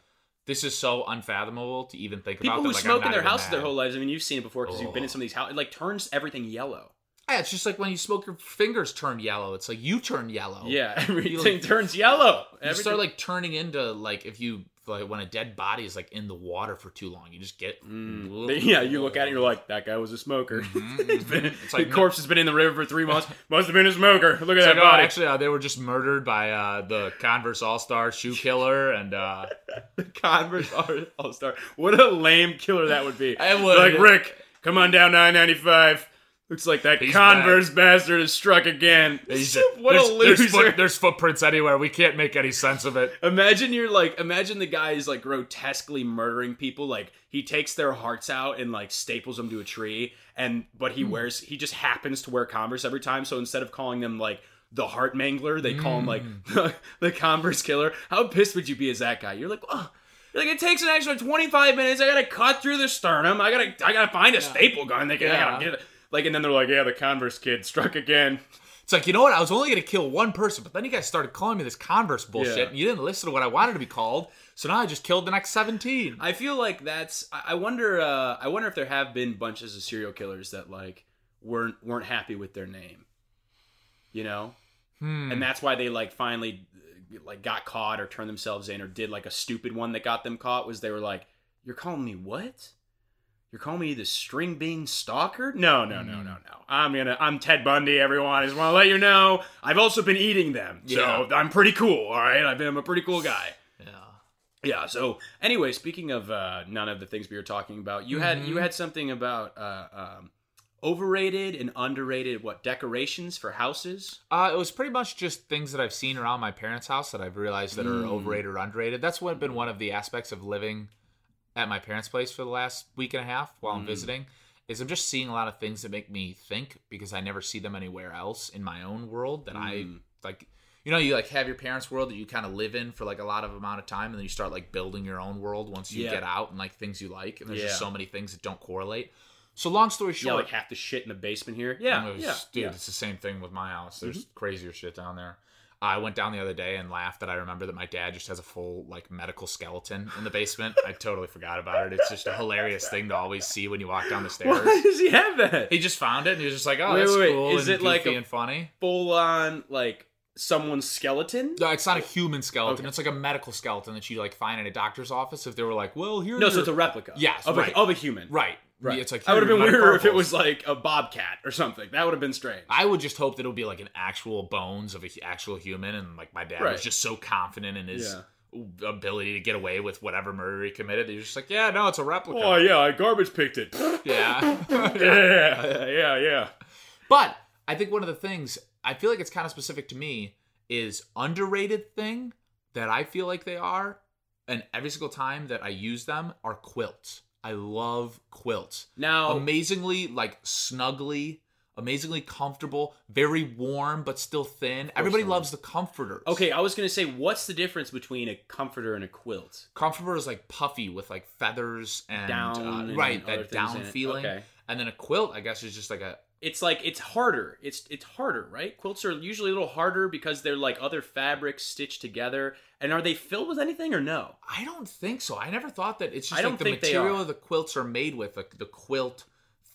[SPEAKER 2] this is so unfathomable to even think
[SPEAKER 1] people
[SPEAKER 2] about.
[SPEAKER 1] who
[SPEAKER 2] that, like, I'm
[SPEAKER 1] smoke in
[SPEAKER 2] not
[SPEAKER 1] their
[SPEAKER 2] even
[SPEAKER 1] house their
[SPEAKER 2] mad. Oh.
[SPEAKER 1] whole lives. I mean, you've seen it before because you've been in
[SPEAKER 2] Ugh.
[SPEAKER 1] some of these houses. It like turns everything yellow.
[SPEAKER 2] Yeah, it's just like when you smoke, your fingers turn yellow. It's like you turn yellow.
[SPEAKER 1] Yeah, *laughs* everything
[SPEAKER 2] like-
[SPEAKER 1] turns yellow.
[SPEAKER 2] Oh. you
[SPEAKER 1] Everything-
[SPEAKER 2] start like turning into like if you like when a dead body is like in the water for too long, you just get
[SPEAKER 1] Mm. *laughs* Yeah, you look at
[SPEAKER 2] *laughs*
[SPEAKER 1] it, you're like, that guy was a smoker. *laughs* It's been-
[SPEAKER 2] Mm-hmm. It's like-
[SPEAKER 1] the corpse has been in the river for three months. Must have been a smoker. Look at
[SPEAKER 2] *laughs* It's
[SPEAKER 1] that
[SPEAKER 2] like, oh,
[SPEAKER 1] body.
[SPEAKER 2] actually, uh, they were just murdered by uh, the Converse All Star Shoe Killer,
[SPEAKER 1] *laughs*
[SPEAKER 2] and uh,
[SPEAKER 1] Converse *laughs* All Star. What a lame killer that would *laughs* be.
[SPEAKER 2] I would.
[SPEAKER 1] Like Rick, come on down 995. Looks like that
[SPEAKER 2] He's
[SPEAKER 1] Converse bastard is struck again.
[SPEAKER 2] he's-
[SPEAKER 1] *laughs* what a
[SPEAKER 2] there's-
[SPEAKER 1] loser.
[SPEAKER 2] There's, foot- there's footprints anywhere. We can't make any sense of it.
[SPEAKER 1] Imagine you're like, imagine the guy is like grotesquely murdering people. Like he takes their hearts out and like staples them to a tree. And but he wears, he just happens to wear Converse every time. So instead of calling them like the heart mangler, they call him like *laughs* the, Converse killer. How pissed would you be as that guy? You're like, oh. You're like it takes an extra 25 minutes. I gotta cut through the sternum. I gotta, I gotta find a staple gun. They can, I gotta
[SPEAKER 2] Yeah.
[SPEAKER 1] get it. Like and then they're like, yeah, the Converse kid struck again.
[SPEAKER 2] It's like you know what? I was only gonna kill one person, but then you guys started calling me this Converse bullshit,
[SPEAKER 1] Yeah.
[SPEAKER 2] and you didn't listen to what I wanted to be called. So now I just killed the next seventeen.
[SPEAKER 1] I feel like that's. I I wonder. Uh, I wonder if there have been bunches of serial killers that like weren't weren't happy with their name, you know,
[SPEAKER 2] Hmm.
[SPEAKER 1] and that's why they like finally uh, like got caught or turned themselves in or did like a stupid one that got them caught was they were like, "You're calling me what? You're calling me the string bean stalker? No, no, no, no, no. I'm gonna. I'm Ted Bundy. Everyone, I just want to let you know. I've also been eating them, so I'm pretty cool. All right, I've been I'm a pretty cool guy.
[SPEAKER 2] yeah.
[SPEAKER 1] Yeah. So anyway, speaking of uh, none of the things we were talking about, you had
[SPEAKER 2] Mm-hmm.
[SPEAKER 1] you had something about uh, um, overrated and underrated what decorations for houses.
[SPEAKER 2] Uh, it was pretty much just things that I've seen around my parents' house that I've realized that
[SPEAKER 1] Hmm.
[SPEAKER 2] are overrated or underrated. That's what been one of the aspects of living at my parents' place for the last week and a half while
[SPEAKER 1] Hmm.
[SPEAKER 2] I'm visiting is I'm just seeing a lot of
[SPEAKER 1] Hmm.
[SPEAKER 2] Mm. things that make me think because I never see them anywhere else in my own world that I like you know, you like have your parents' world that you kind of live in for like a lot of amount of time, and then you start like building your own world once you
[SPEAKER 1] Yeah.
[SPEAKER 2] get out and like things you like. And there's
[SPEAKER 1] Yeah.
[SPEAKER 2] just so many things that don't correlate. So long story
[SPEAKER 1] Yeah,
[SPEAKER 2] short,
[SPEAKER 1] like half the shit in the basement here. Yeah,
[SPEAKER 2] it was-
[SPEAKER 1] yeah,
[SPEAKER 2] dude,
[SPEAKER 1] yeah. Mm-hmm.
[SPEAKER 2] it's the same thing with my house. There's crazier shit down there. I went down the other day and laughed that I remember that my dad just has a full like medical skeleton in the basement. I totally forgot about it. It's just a hilarious thing to always see when you walk down the stairs.
[SPEAKER 1] *laughs* Why does he have that?
[SPEAKER 2] He just found it and he was just like, "Oh,
[SPEAKER 1] Wait,
[SPEAKER 2] that's
[SPEAKER 1] wait, wait.
[SPEAKER 2] cool."
[SPEAKER 1] Is
[SPEAKER 2] and
[SPEAKER 1] it like
[SPEAKER 2] goofy
[SPEAKER 1] a-
[SPEAKER 2] and funny?
[SPEAKER 1] Full on like someone's skeleton.
[SPEAKER 2] No, it's not a human skeleton.
[SPEAKER 1] Okay.
[SPEAKER 2] It's like a medical skeleton that you like find in a doctor's office. If they were like, "Well, here."
[SPEAKER 1] No,
[SPEAKER 2] are
[SPEAKER 1] so
[SPEAKER 2] your-"
[SPEAKER 1] it's a replica.
[SPEAKER 2] Yes,
[SPEAKER 1] of a,
[SPEAKER 2] right.
[SPEAKER 1] of a human.
[SPEAKER 2] right,
[SPEAKER 1] right.
[SPEAKER 2] It's like
[SPEAKER 1] that would have
[SPEAKER 2] "Here are
[SPEAKER 1] been
[SPEAKER 2] my
[SPEAKER 1] weirder if it
[SPEAKER 2] purples."
[SPEAKER 1] was like a bobcat or something. That would have been strange.
[SPEAKER 2] I would just hope that it would be like an actual bones of an actual human, and like my dad
[SPEAKER 1] Right.
[SPEAKER 2] was just so confident in his ability to get away with whatever murder he committed. that You're just like, yeah, no, it's a replica.
[SPEAKER 1] Oh yeah, I garbage picked it.
[SPEAKER 2] *laughs* yeah.
[SPEAKER 1] *laughs* yeah, yeah, yeah.
[SPEAKER 2] But I think one of the things I feel like it's kind of specific to me is underrated thing that I feel like they are, and every single time that I use them are quilts. I love quilts.
[SPEAKER 1] Now,
[SPEAKER 2] amazingly like snugly amazingly comfortable very warm but still thin everybody
[SPEAKER 1] they are.
[SPEAKER 2] loves the comforters
[SPEAKER 1] okay, I was gonna say, what's the difference between a comforter and a quilt?
[SPEAKER 2] comforter is like puffy with like feathers and
[SPEAKER 1] Down,
[SPEAKER 2] uh,
[SPEAKER 1] and
[SPEAKER 2] right
[SPEAKER 1] other
[SPEAKER 2] that
[SPEAKER 1] things
[SPEAKER 2] down
[SPEAKER 1] in it.
[SPEAKER 2] feeling
[SPEAKER 1] Okay.
[SPEAKER 2] and then a quilt i guess is just like a
[SPEAKER 1] It's like it's harder. It's it's harder, right? Quilts are usually a little harder because they're like other fabrics stitched together. And are they filled with anything or no?
[SPEAKER 2] i don't think so i never thought that it's
[SPEAKER 1] I
[SPEAKER 2] just
[SPEAKER 1] don't
[SPEAKER 2] like the
[SPEAKER 1] think they
[SPEAKER 2] material
[SPEAKER 1] are.
[SPEAKER 2] the quilts are made with like the quilt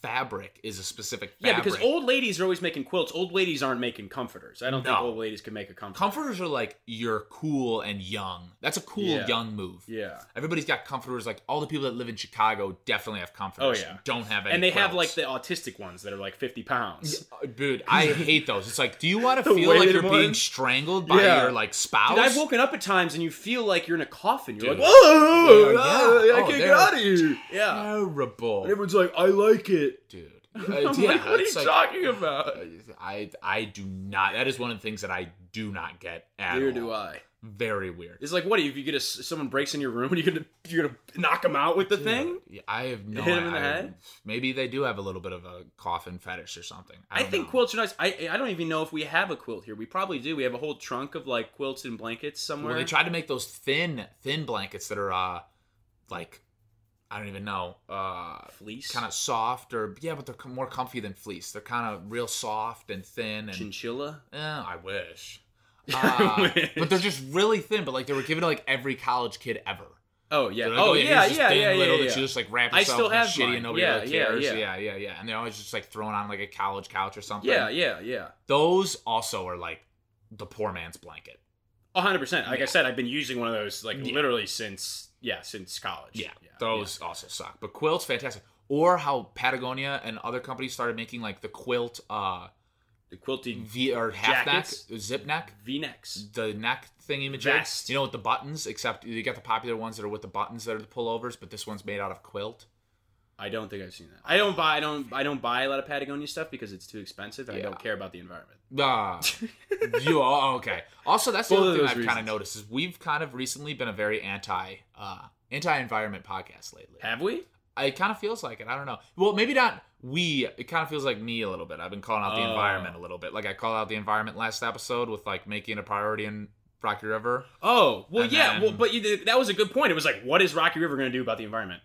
[SPEAKER 2] fabric is a specific
[SPEAKER 1] Yeah, because
[SPEAKER 2] fabric.
[SPEAKER 1] old ladies are always making quilts. Old ladies aren't making comforters. I don't think
[SPEAKER 2] No.
[SPEAKER 1] old ladies can make a comforter.
[SPEAKER 2] comforters are like you're cool and young that's a cool
[SPEAKER 1] Yeah.
[SPEAKER 2] young move
[SPEAKER 1] yeah.
[SPEAKER 2] Everybody's got comforters. Like all the people that live in Chicago definitely have comforters.
[SPEAKER 1] Oh, yeah.
[SPEAKER 2] don't have any.
[SPEAKER 1] And they have like
[SPEAKER 2] quilts.
[SPEAKER 1] the autistic ones that are like 50 pounds.
[SPEAKER 2] Uh, dude.
[SPEAKER 1] *laughs*
[SPEAKER 2] I hate those. It's like, do you want to
[SPEAKER 1] The
[SPEAKER 2] feel like
[SPEAKER 1] weighted
[SPEAKER 2] you're being
[SPEAKER 1] ones?
[SPEAKER 2] strangled by
[SPEAKER 1] Yeah.
[SPEAKER 2] your like spouse?
[SPEAKER 1] Dude, I've woken up at times and you feel like you're in a coffin. You're
[SPEAKER 2] Dude.
[SPEAKER 1] like, whoa,
[SPEAKER 2] Yeah,
[SPEAKER 1] ah,
[SPEAKER 2] yeah.
[SPEAKER 1] I
[SPEAKER 2] Oh,
[SPEAKER 1] can't
[SPEAKER 2] they're-
[SPEAKER 1] get out of here. Yeah.
[SPEAKER 2] Terrible,
[SPEAKER 1] And everyone's like, I like it.
[SPEAKER 2] dude.
[SPEAKER 1] *laughs* I'm like,
[SPEAKER 2] It's- yeah,
[SPEAKER 1] what are you
[SPEAKER 2] it's like-
[SPEAKER 1] talking about?
[SPEAKER 2] I I do not. That is one of the things that I do not get at
[SPEAKER 1] Neither
[SPEAKER 2] all.
[SPEAKER 1] do I.
[SPEAKER 2] Very weird.
[SPEAKER 1] It's like, what if you get a, someone breaks in your room *laughs* and you're gonna you're gonna knock them out with the thing?
[SPEAKER 2] Yeah, I have no.
[SPEAKER 1] Hit him in the
[SPEAKER 2] I-
[SPEAKER 1] head?
[SPEAKER 2] Maybe they do have a little bit of a coffin fetish or something. I,
[SPEAKER 1] I,
[SPEAKER 2] don't
[SPEAKER 1] think
[SPEAKER 2] know.
[SPEAKER 1] quilts are nice. I I don't even know if we have a quilt here. We probably do. We have a whole trunk of like quilts and blankets somewhere.
[SPEAKER 2] Well, they tried to make those thin, thin blankets that are uh, like I don't even know, uh,
[SPEAKER 1] Fleece,
[SPEAKER 2] kind of soft or yeah, but they're com- more comfy than fleece. They're kind of real soft and thin and
[SPEAKER 1] chinchilla.
[SPEAKER 2] eh, I wish. Uh,
[SPEAKER 1] *laughs* I wish.
[SPEAKER 2] but they're just really thin. But like they were given to like every college kid ever.
[SPEAKER 1] Oh yeah.
[SPEAKER 2] They're like,
[SPEAKER 1] oh
[SPEAKER 2] here's
[SPEAKER 1] yeah.
[SPEAKER 2] this
[SPEAKER 1] Yeah.
[SPEAKER 2] thin
[SPEAKER 1] Yeah. Yeah.
[SPEAKER 2] little
[SPEAKER 1] yeah,
[SPEAKER 2] That you just like wrap
[SPEAKER 1] I
[SPEAKER 2] yourself
[SPEAKER 1] still
[SPEAKER 2] in
[SPEAKER 1] have
[SPEAKER 2] shitty
[SPEAKER 1] mine.
[SPEAKER 2] and nobody
[SPEAKER 1] Yeah,
[SPEAKER 2] really
[SPEAKER 1] yeah,
[SPEAKER 2] cares.
[SPEAKER 1] yeah.
[SPEAKER 2] yeah, yeah, yeah. And they're always just like thrown on like a college couch or something.
[SPEAKER 1] yeah. Yeah. Yeah.
[SPEAKER 2] Those also are like the poor man's blanket.
[SPEAKER 1] A hundred percent. Like
[SPEAKER 2] Yeah.
[SPEAKER 1] I said, I've been using one of those like
[SPEAKER 2] Yeah.
[SPEAKER 1] literally since yeah since college.
[SPEAKER 2] Yeah, those also suck. But quilts, fantastic. Or how Patagonia and other companies started making like the quilt uh
[SPEAKER 1] The quilted
[SPEAKER 2] V or half
[SPEAKER 1] Mm. Jackets?
[SPEAKER 2] neck, zip neck,
[SPEAKER 1] V necks.
[SPEAKER 2] the neck thingy
[SPEAKER 1] Vest.
[SPEAKER 2] You know with the buttons, except you got the popular ones that are with the buttons that are the pullovers, but this one's made out of quilt.
[SPEAKER 1] I don't think I've seen that. I don't buy. I don't. I don't buy a lot of Patagonia stuff because it's too expensive. and I
[SPEAKER 2] Yeah.
[SPEAKER 1] don't care about the environment.
[SPEAKER 2] Ah, you oh, okay. Also, that's the
[SPEAKER 1] Both
[SPEAKER 2] other
[SPEAKER 1] of
[SPEAKER 2] thing
[SPEAKER 1] those
[SPEAKER 2] I've kind of
[SPEAKER 1] reasons.
[SPEAKER 2] noticed is we've kind of recently been a very anti uh anti environment podcast lately.
[SPEAKER 1] Have we?
[SPEAKER 2] I- It kind of feels like it. I don't know. Well, maybe not we. It kind of feels like me a little bit. I've been calling out the
[SPEAKER 1] Oh.
[SPEAKER 2] environment a little bit. Like I called out the environment last episode with like making a priority in Rocky River.
[SPEAKER 1] Oh well,
[SPEAKER 2] And
[SPEAKER 1] yeah.
[SPEAKER 2] then-
[SPEAKER 1] well, but you, that was a good point. It was like, what is Rocky River going to do about the environment?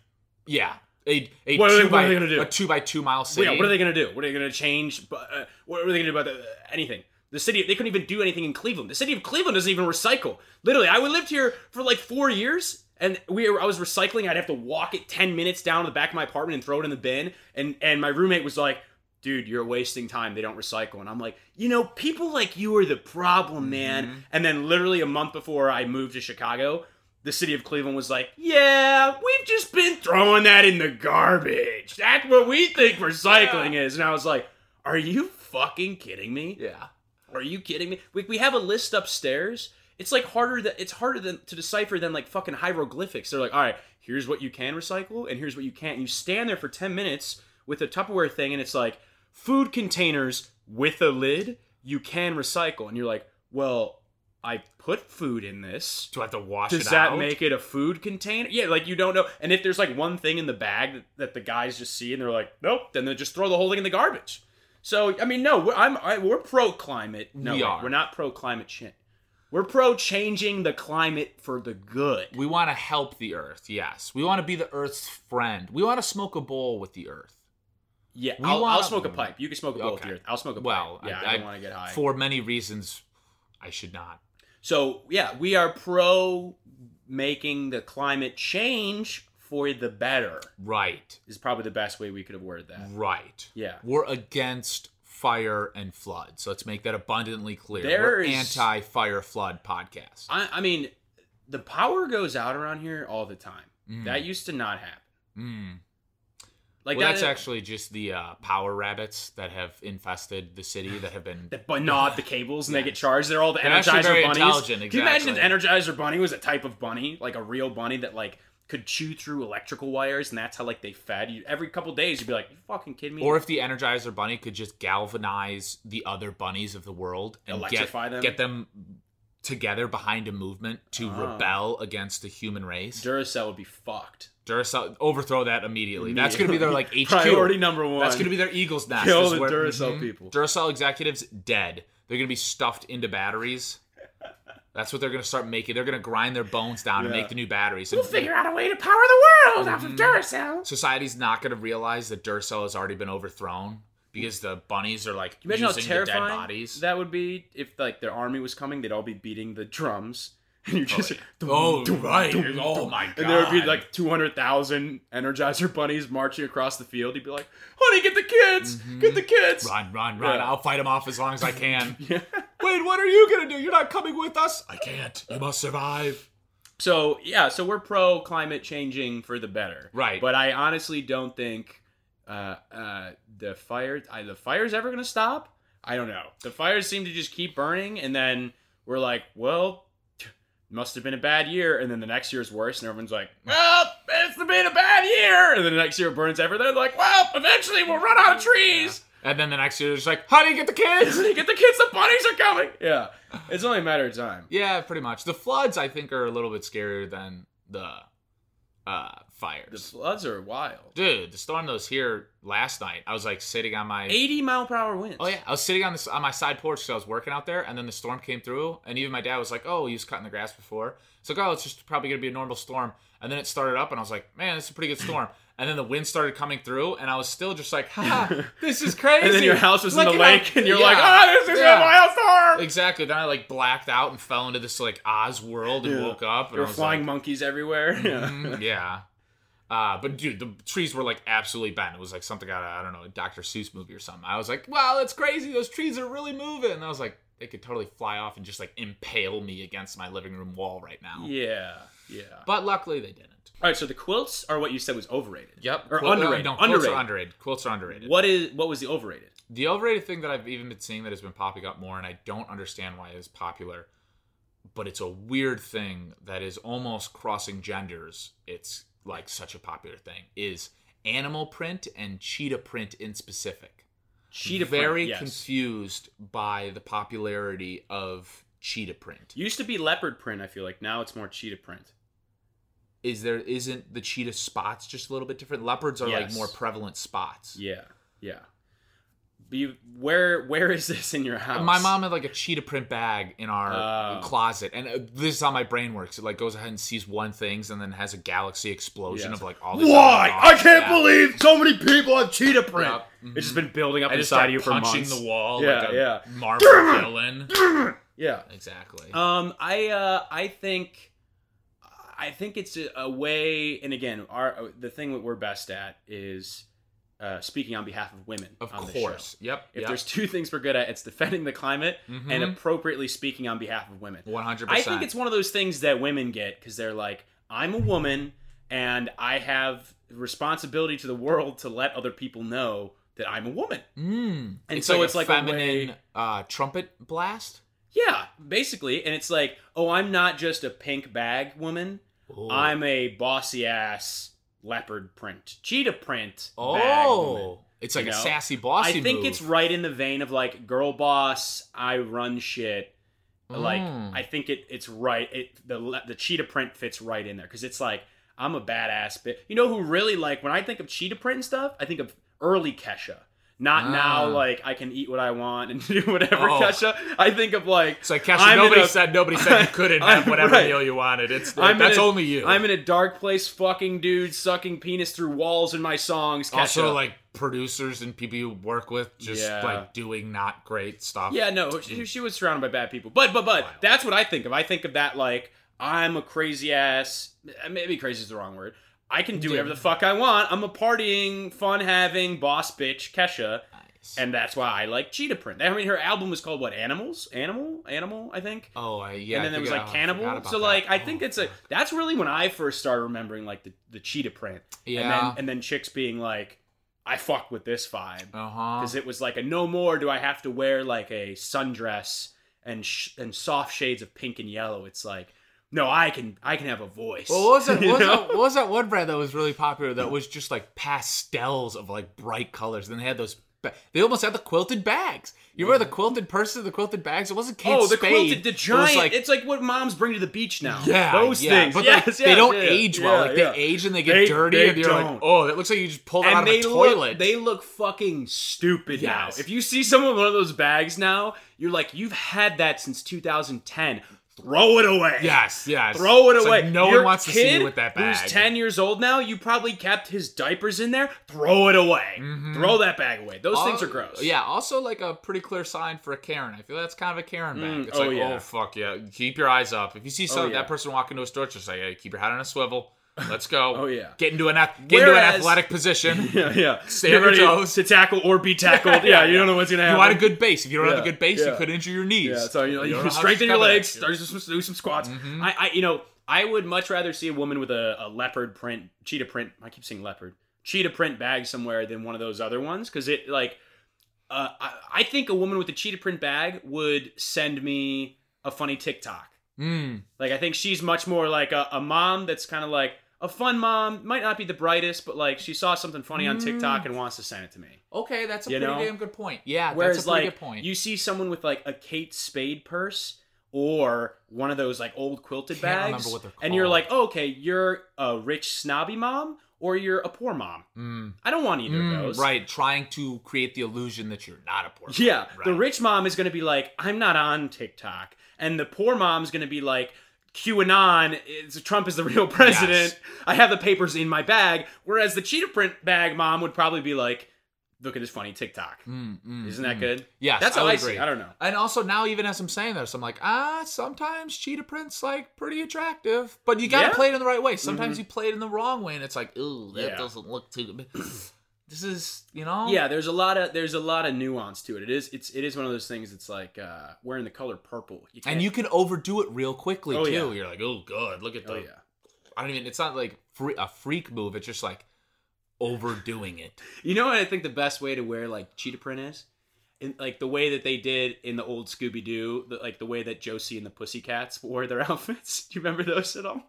[SPEAKER 2] Yeah. A, a
[SPEAKER 1] What are they-
[SPEAKER 2] two
[SPEAKER 1] what
[SPEAKER 2] by,
[SPEAKER 1] are they gonna do?
[SPEAKER 2] A two by two mile
[SPEAKER 1] Well,
[SPEAKER 2] city.
[SPEAKER 1] yeah, what are they going to do? What are they going to change? But, Uh, what are they going to do about the, anything? The city, they couldn't even do anything in Cleveland. The city of Cleveland doesn't even recycle. Literally, I lived here for like four years, and we were, I was recycling. I'd have to walk it ten minutes down to the back of my apartment and throw it in the bin. And and my roommate was like, "Dude, you're wasting time. They don't recycle." And I'm like, "You know, people like you are the problem, man." And then literally a month before I moved to Chicago, the city of Cleveland was like, yeah, we've just been throwing that in the garbage. That's what we think recycling is. And I was like, are you fucking kidding me?
[SPEAKER 2] Yeah.
[SPEAKER 1] Are you kidding me? We, we have a list upstairs. It's like harder that it's harder than to decipher than like fucking hieroglyphics. They're like, all right, here's what you can recycle and here's what you can't. And you stand there for 10 minutes with a Tupperware thing and it's like food containers with a lid you can recycle. And you're like, well, I put food in this.
[SPEAKER 2] Do I have to wash
[SPEAKER 1] Does
[SPEAKER 2] it
[SPEAKER 1] that
[SPEAKER 2] out?
[SPEAKER 1] make it a food container? Yeah, like you don't know. And if there's like one thing in the bag that, that the guys just see and they're like, nope, then they just throw the whole thing in the garbage. So I mean, no, we're, I'm I, we're pro climate. No,
[SPEAKER 2] We
[SPEAKER 1] wait,
[SPEAKER 2] are.
[SPEAKER 1] We're not pro climate shit. We're pro changing the climate for the good.
[SPEAKER 2] We want to help the earth, yes. We want to be the earth's friend. We want to smoke a bowl with the earth.
[SPEAKER 1] Yeah,
[SPEAKER 2] We
[SPEAKER 1] I'll, I'll
[SPEAKER 2] want-
[SPEAKER 1] smoke a pipe. You can smoke a bowl with
[SPEAKER 2] Okay.
[SPEAKER 1] your. I'll smoke a
[SPEAKER 2] Well,
[SPEAKER 1] pipe. Yeah, I, don't want to get high.
[SPEAKER 2] For many reasons, I should not.
[SPEAKER 1] so yeah, we are pro making the climate change for the better.
[SPEAKER 2] Right,
[SPEAKER 1] Is probably the best way we could have worded that.
[SPEAKER 2] right.
[SPEAKER 1] Yeah.
[SPEAKER 2] We're against fire and flood. So let's make that abundantly clear.
[SPEAKER 1] There
[SPEAKER 2] We're
[SPEAKER 1] is-
[SPEAKER 2] anti fire flood podcast.
[SPEAKER 1] I, I mean, the power goes out around here all the time.
[SPEAKER 2] Mm.
[SPEAKER 1] That used to not happen.
[SPEAKER 2] Mm.
[SPEAKER 1] Like
[SPEAKER 2] well,
[SPEAKER 1] that-
[SPEAKER 2] that's actually just the uh, power rabbits that have infested the city that
[SPEAKER 1] *laughs*
[SPEAKER 2] have been.
[SPEAKER 1] that but nod the cables and they get charged. They're all the
[SPEAKER 2] They're actually
[SPEAKER 1] Energizer
[SPEAKER 2] very
[SPEAKER 1] bunnies.
[SPEAKER 2] intelligent,
[SPEAKER 1] Can you imagine if
[SPEAKER 2] exactly.
[SPEAKER 1] Energizer bunny was a type of bunny, like a real bunny that like could chew through electrical wires, and that's how like they fed you. Every couple days, you'd be like, "You fucking kidding me?"
[SPEAKER 2] Or if the Energizer Bunny could just galvanize the other bunnies of the world and
[SPEAKER 1] Electrify
[SPEAKER 2] get,
[SPEAKER 1] them?
[SPEAKER 2] get them together behind a movement to
[SPEAKER 1] Ah.
[SPEAKER 2] rebel against the human race.
[SPEAKER 1] Duracell would be fucked.
[SPEAKER 2] Duracell, overthrow that immediately. That's going to be
[SPEAKER 1] *laughs*
[SPEAKER 2] their like HQ.
[SPEAKER 1] priority number one.
[SPEAKER 2] That's going to be their
[SPEAKER 1] *laughs*
[SPEAKER 2] eagle's nest.
[SPEAKER 1] Kill
[SPEAKER 2] is
[SPEAKER 1] the
[SPEAKER 2] where-
[SPEAKER 1] Duracell
[SPEAKER 2] Mhm.
[SPEAKER 1] people.
[SPEAKER 2] Duracell executives dead. They're going to be stuffed into batteries. That's what they're going to start making. They're going to grind their bones down and
[SPEAKER 1] Yeah.
[SPEAKER 2] make the new batteries.
[SPEAKER 1] We'll
[SPEAKER 2] And
[SPEAKER 1] figure out a way to power the world off of
[SPEAKER 2] Mhm.
[SPEAKER 1] Duracell.
[SPEAKER 2] Society's not going to realize that Duracell has already been overthrown because the bunnies are like
[SPEAKER 1] Imagine how
[SPEAKER 2] using the dead
[SPEAKER 1] terrifying
[SPEAKER 2] bodies.
[SPEAKER 1] that would be if like their army was coming. They'd all be beating the drums, *laughs* and you just
[SPEAKER 2] *laughs* Oh, right. Oh, my
[SPEAKER 1] And there would be
[SPEAKER 2] God.
[SPEAKER 1] like two hundred thousand Energizer bunnies marching across the field. He'd be like, "Honey, get the kids,
[SPEAKER 2] Mm-hmm.
[SPEAKER 1] get the kids."
[SPEAKER 2] *laughs* run, run, run!
[SPEAKER 1] Yeah.
[SPEAKER 2] I'll fight them off as
[SPEAKER 1] *laughs*
[SPEAKER 2] long as I can.
[SPEAKER 1] Yeah.
[SPEAKER 2] Wait, what are you going to do? You're not coming with us. I can't. You must survive.
[SPEAKER 1] So yeah, so we're pro climate changing for the better,
[SPEAKER 2] Right.
[SPEAKER 1] But I honestly don't think uh, uh, the fire I, the fire's ever gonna stop. I don't know. The fires seem to just keep burning, and then we're like, well, must have been a bad year, and then the next year's worse, and everyone's like, well, it's been a bad year, and then the next year burns ever. They're like, well, eventually we'll run out of trees.
[SPEAKER 2] And then the next year, it's like, honey, get the kids. *laughs*
[SPEAKER 1] Get the kids, the bunnies are coming. Yeah, it's only a matter of time.
[SPEAKER 2] yeah, pretty much. The floods, I think, are a little bit scarier than the uh,
[SPEAKER 1] The
[SPEAKER 2] fires.
[SPEAKER 1] floods are wild.
[SPEAKER 2] Dude, the storm that was here last night, I was like sitting on my
[SPEAKER 1] Eighty mile per hour winds.
[SPEAKER 2] Oh yeah, I was sitting on this on my side porch because I was working out there, and then the storm came through, and even my dad was like, "Oh, he was cutting the grass before." So, like, oh, it's just probably gonna be a normal storm. And then it started up, and I was like, "Man, this is a pretty good storm." And then the wind started coming through, and I was still just like,
[SPEAKER 1] *laughs*
[SPEAKER 2] *laughs* "Ha, this is crazy."
[SPEAKER 1] And then your house was in the
[SPEAKER 2] Look at
[SPEAKER 1] lake,
[SPEAKER 2] how-
[SPEAKER 1] and you're
[SPEAKER 2] Yeah.
[SPEAKER 1] like, oh, this is
[SPEAKER 2] Yeah.
[SPEAKER 1] a wild storm.
[SPEAKER 2] Exactly. Then I like blacked out and fell into this like Oz world and
[SPEAKER 1] Yeah.
[SPEAKER 2] woke up. And
[SPEAKER 1] There
[SPEAKER 2] I
[SPEAKER 1] were
[SPEAKER 2] was
[SPEAKER 1] flying
[SPEAKER 2] like,
[SPEAKER 1] monkeys everywhere. *laughs* Yeah.
[SPEAKER 2] "Mm, yeah. Uh, but dude, the trees were like absolutely bent. It was like something out of I don't know a Dr. Seuss movie or something. I was like, wow, that's crazy. Those trees are really moving. And I was like, they could totally fly off and just like impale me against my living room wall right now.
[SPEAKER 1] yeah, yeah.
[SPEAKER 2] But luckily they didn't.
[SPEAKER 1] All right, so the quilts are what you said was overrated.
[SPEAKER 2] Yep.
[SPEAKER 1] Or
[SPEAKER 2] Quilt-
[SPEAKER 1] underrated.
[SPEAKER 2] No, quilts
[SPEAKER 1] Underrated.
[SPEAKER 2] are underrated. Quilts are underrated.
[SPEAKER 1] What is what was the overrated?
[SPEAKER 2] The overrated thing that I've even been seeing that has been popping up more, and I don't understand why it's popular, but it's a weird thing that is almost crossing genders. It's like such a popular thing is animal print and cheetah print in specific.
[SPEAKER 1] Cheetah print,
[SPEAKER 2] very
[SPEAKER 1] yes.
[SPEAKER 2] confused by the popularity of cheetah print.
[SPEAKER 1] Used to be leopard print. I feel like now it's more cheetah print.
[SPEAKER 2] Is there isn't the cheetah spots just a little bit different? Leopards are like
[SPEAKER 1] Yes.
[SPEAKER 2] more prevalent spots.
[SPEAKER 1] Yeah, yeah. But you, where where is this in your house?
[SPEAKER 2] My mom had like a cheetah print bag in our
[SPEAKER 1] Oh.
[SPEAKER 2] closet, and uh, this is how my brain works. It like goes ahead and sees one things, and then has a galaxy explosion
[SPEAKER 1] Yeah.
[SPEAKER 2] of like all. These
[SPEAKER 1] Why?
[SPEAKER 2] other
[SPEAKER 1] I
[SPEAKER 2] thoughts.
[SPEAKER 1] can't
[SPEAKER 2] Yeah.
[SPEAKER 1] believe so many people have cheetah print.
[SPEAKER 2] Yep. Mhm.
[SPEAKER 1] It's just been building up
[SPEAKER 2] I just
[SPEAKER 1] inside
[SPEAKER 2] start
[SPEAKER 1] of you for
[SPEAKER 2] punching
[SPEAKER 1] months. *clears throat*
[SPEAKER 2] the wall
[SPEAKER 1] Yeah,
[SPEAKER 2] like a
[SPEAKER 1] yeah.
[SPEAKER 2] Marvel villain.
[SPEAKER 1] yeah.
[SPEAKER 2] Exactly.
[SPEAKER 1] Um, I uh, I think, I think it's a, a way. And again, our the thing that we're best at is uh, speaking on behalf of women.
[SPEAKER 2] of
[SPEAKER 1] on this
[SPEAKER 2] course.
[SPEAKER 1] show.
[SPEAKER 2] Yep. Mm-hmm.
[SPEAKER 1] If there's two things we're good at, it's defending the climate and appropriately speaking on behalf of women.
[SPEAKER 2] one hundred
[SPEAKER 1] I
[SPEAKER 2] percent.
[SPEAKER 1] think it's one of those things that women get because they're like, I'm a woman and I have responsibility to the world to let other people know that I'm a woman.
[SPEAKER 2] Mm.
[SPEAKER 1] And so
[SPEAKER 2] a
[SPEAKER 1] it's like a
[SPEAKER 2] feminine
[SPEAKER 1] way-
[SPEAKER 2] uh, trumpet blast.
[SPEAKER 1] Yeah, basically. And it's like, oh, I'm not just a pink bag woman. I'm a bossy ass leopard print, cheetah print. bag woman.
[SPEAKER 2] oh, it's like
[SPEAKER 1] you
[SPEAKER 2] a
[SPEAKER 1] know?
[SPEAKER 2] sassy Oh, bossy.
[SPEAKER 1] I think
[SPEAKER 2] move.
[SPEAKER 1] it's right in the vein of like girl boss. I run shit. Like
[SPEAKER 2] Mm.
[SPEAKER 1] I think it it's right. It the le- the cheetah print fits right in there because it's like I'm a badass bit. You know who really like when I think of cheetah print and stuff? I think of early Kesha. Not now,
[SPEAKER 2] Ah.
[SPEAKER 1] like I can eat what I want and *laughs* do whatever.
[SPEAKER 2] Oh.
[SPEAKER 1] Kesha, I think of like
[SPEAKER 2] It's like Kesha,
[SPEAKER 1] I'm in
[SPEAKER 2] nobody
[SPEAKER 1] a-
[SPEAKER 2] said
[SPEAKER 1] *laughs*
[SPEAKER 2] nobody said you couldn't
[SPEAKER 1] I'm-
[SPEAKER 2] have whatever
[SPEAKER 1] right.
[SPEAKER 2] meal you wanted. It's
[SPEAKER 1] I'm in
[SPEAKER 2] that's
[SPEAKER 1] a-
[SPEAKER 2] only you.
[SPEAKER 1] I'm in a dark place, fucking dude, sucking penis through walls in my songs. Kesha.
[SPEAKER 2] also like producers and people you work with just
[SPEAKER 1] Yeah.
[SPEAKER 2] like doing not great stuff.
[SPEAKER 1] Yeah, no, she,
[SPEAKER 2] Mm.
[SPEAKER 1] she was surrounded by bad people. But but but that's what I think of. I think of that like I'm a crazy ass. Maybe crazy is the wrong word. I can do whatever the fuck I want. I'm a partying, fun having boss bitch, Kesha, and that's why I like Cheetah Print. I mean, her album was called what? Animals, Animal, Animal. I think.
[SPEAKER 2] Oh, I, yeah.
[SPEAKER 1] and then
[SPEAKER 2] I
[SPEAKER 1] there was
[SPEAKER 2] forgot-
[SPEAKER 1] like
[SPEAKER 2] I forgot
[SPEAKER 1] Cannibal.
[SPEAKER 2] about
[SPEAKER 1] So
[SPEAKER 2] that.
[SPEAKER 1] like I
[SPEAKER 2] Oh,
[SPEAKER 1] think it's a that's really when I first started remembering like the the Cheetah Print. And
[SPEAKER 2] yeah.
[SPEAKER 1] then and then chicks being like, I fuck with this vibe
[SPEAKER 2] Uh huh.
[SPEAKER 1] because it was like a no more do I have to wear like a sundress and sh- and soft shades of pink and yellow. It's like no, I can I can have a voice.
[SPEAKER 2] *laughs*
[SPEAKER 1] *laughs*
[SPEAKER 2] Well, what was that? What
[SPEAKER 1] You
[SPEAKER 2] was
[SPEAKER 1] know?
[SPEAKER 2] that, what was that one brand that was really popular? That was just like pastels of like bright colors. And they had those. ba- They almost had the quilted bags. You remember the quilted purses, the quilted bags? It wasn't Kate
[SPEAKER 1] Oh, the
[SPEAKER 2] Spade.
[SPEAKER 1] quilted, the
[SPEAKER 2] It was,
[SPEAKER 1] giant.
[SPEAKER 2] like-
[SPEAKER 1] it's like what moms bring to the beach now.
[SPEAKER 2] yeah,
[SPEAKER 1] those
[SPEAKER 2] yeah.
[SPEAKER 1] things.
[SPEAKER 2] But
[SPEAKER 1] yes,
[SPEAKER 2] like, they
[SPEAKER 1] yes,
[SPEAKER 2] don't
[SPEAKER 1] yeah,
[SPEAKER 2] age
[SPEAKER 1] yeah,
[SPEAKER 2] well. Like
[SPEAKER 1] yeah.
[SPEAKER 2] they age and they get
[SPEAKER 1] They-
[SPEAKER 2] dirty,
[SPEAKER 1] they
[SPEAKER 2] and you're
[SPEAKER 1] don't.
[SPEAKER 2] like, oh, that looks like you just pulled it out
[SPEAKER 1] And
[SPEAKER 2] of
[SPEAKER 1] they
[SPEAKER 2] a toilet.
[SPEAKER 1] look, they look fucking stupid
[SPEAKER 2] Yes.
[SPEAKER 1] now. If you see someone with one of those bags now, you're like, you've had that since 2010. Throw it away.
[SPEAKER 2] yes, yes.
[SPEAKER 1] Throw it
[SPEAKER 2] It's
[SPEAKER 1] away.
[SPEAKER 2] like no
[SPEAKER 1] Your
[SPEAKER 2] one wants to see
[SPEAKER 1] kid
[SPEAKER 2] you with that bag.
[SPEAKER 1] Who's ten years old now? You probably kept his diapers in there. Throw it away. Throw that bag away. Those things are
[SPEAKER 2] Al-
[SPEAKER 1] gross.
[SPEAKER 2] Mm-hmm. Oh, Yeah, also like a pretty clear sign for a Karen. I feel that's kind of a Karen bag.
[SPEAKER 1] Mm,
[SPEAKER 2] it's
[SPEAKER 1] oh,
[SPEAKER 2] like,
[SPEAKER 1] yeah.
[SPEAKER 2] oh fuck yeah, keep your eyes up. If you see
[SPEAKER 1] Oh,
[SPEAKER 2] some,
[SPEAKER 1] yeah.
[SPEAKER 2] that person walk into a store, just like, hey, keep your head on a swivel. Let's go.
[SPEAKER 1] *laughs* Oh, yeah.
[SPEAKER 2] get into an ath- get into
[SPEAKER 1] Whereas-
[SPEAKER 2] an
[SPEAKER 1] *laughs*
[SPEAKER 2] athletic position.
[SPEAKER 1] *laughs* yeah, yeah.
[SPEAKER 2] Stay
[SPEAKER 1] Get
[SPEAKER 2] on your
[SPEAKER 1] ready
[SPEAKER 2] toes.
[SPEAKER 1] to tackle or be
[SPEAKER 2] *laughs*
[SPEAKER 1] tackled. yeah, you don't know what's gonna happen.
[SPEAKER 2] You want a good base. If you don't have
[SPEAKER 1] Yeah,
[SPEAKER 2] a good base,
[SPEAKER 1] yeah.
[SPEAKER 2] you could injure your knees.
[SPEAKER 1] Yeah, so you, know,
[SPEAKER 2] You
[SPEAKER 1] you
[SPEAKER 2] don't know how
[SPEAKER 1] strengthen
[SPEAKER 2] to
[SPEAKER 1] your
[SPEAKER 2] cover that
[SPEAKER 1] legs.
[SPEAKER 2] shit.
[SPEAKER 1] Start to do some squats.
[SPEAKER 2] Mm-hmm.
[SPEAKER 1] I, I, you know, I would much rather see a woman with a, a leopard print, cheetah print. I keep saying leopard, cheetah print bag somewhere than one of those other ones because it like, uh, I, I think a woman with a cheetah print bag would send me a funny TikTok.
[SPEAKER 2] Mm,
[SPEAKER 1] Like I think she's much more like a, a mom that's kind of like a fun mom, might not be the brightest, but like she saw something funny on TikTok and wants to send it to me.
[SPEAKER 2] okay, that's a
[SPEAKER 1] You
[SPEAKER 2] pretty
[SPEAKER 1] know?
[SPEAKER 2] damn good point. Yeah,
[SPEAKER 1] Whereas,
[SPEAKER 2] that's a pretty
[SPEAKER 1] like,
[SPEAKER 2] good point.
[SPEAKER 1] you see someone with like a Kate Spade purse or one of those like old quilted
[SPEAKER 2] Can't remember
[SPEAKER 1] bags,
[SPEAKER 2] what they're
[SPEAKER 1] and you're
[SPEAKER 2] called.
[SPEAKER 1] like, oh, okay, you're a rich snobby mom or you're a poor mom.
[SPEAKER 2] Mm,
[SPEAKER 1] I don't want either of
[SPEAKER 2] mm,
[SPEAKER 1] those.
[SPEAKER 2] right, trying to create the illusion that you're not a poor. person.
[SPEAKER 1] Yeah, the
[SPEAKER 2] Right.
[SPEAKER 1] rich mom is going to be like, I'm not on TikTok, and the poor mom's going to be like. QAnon, it's, Trump is the real president.
[SPEAKER 2] Yes.
[SPEAKER 1] I have the papers in my bag. Whereas the cheetah print bag mom would probably be like, "Look at this funny TikTok.
[SPEAKER 2] Mm, mm,
[SPEAKER 1] Isn't that
[SPEAKER 2] mm.
[SPEAKER 1] good?"
[SPEAKER 2] Yes,
[SPEAKER 1] that's
[SPEAKER 2] I
[SPEAKER 1] how
[SPEAKER 2] would
[SPEAKER 1] I, see.
[SPEAKER 2] agree.
[SPEAKER 1] it. I don't know.
[SPEAKER 2] And also now, even as I'm saying this, I'm like, ah, sometimes cheetah print's like pretty attractive, but you gotta
[SPEAKER 1] Yeah. Mm-hmm.
[SPEAKER 2] play it in the right way. Sometimes you play it in the wrong way, and it's like, ooh, that
[SPEAKER 1] Yeah.
[SPEAKER 2] doesn't look too good. *clears throat* this is, you know,
[SPEAKER 1] yeah there's a lot of there's a lot of nuance to it it is it's it is one of those things it's like uh wearing the color purple
[SPEAKER 2] And
[SPEAKER 1] can't-
[SPEAKER 2] you can overdo it real quickly
[SPEAKER 1] Oh,
[SPEAKER 2] too.
[SPEAKER 1] yeah.
[SPEAKER 2] You're like, oh god, look at the.
[SPEAKER 1] oh yeah
[SPEAKER 2] I don't even. It's not like free, a freak move. It's just like overdoing it.
[SPEAKER 1] you know what i think the best way to wear like cheetah print is in, like the way that they did in the old scooby-doo the, like the way that josie and the pussycats wore their *laughs* outfits do you remember those at all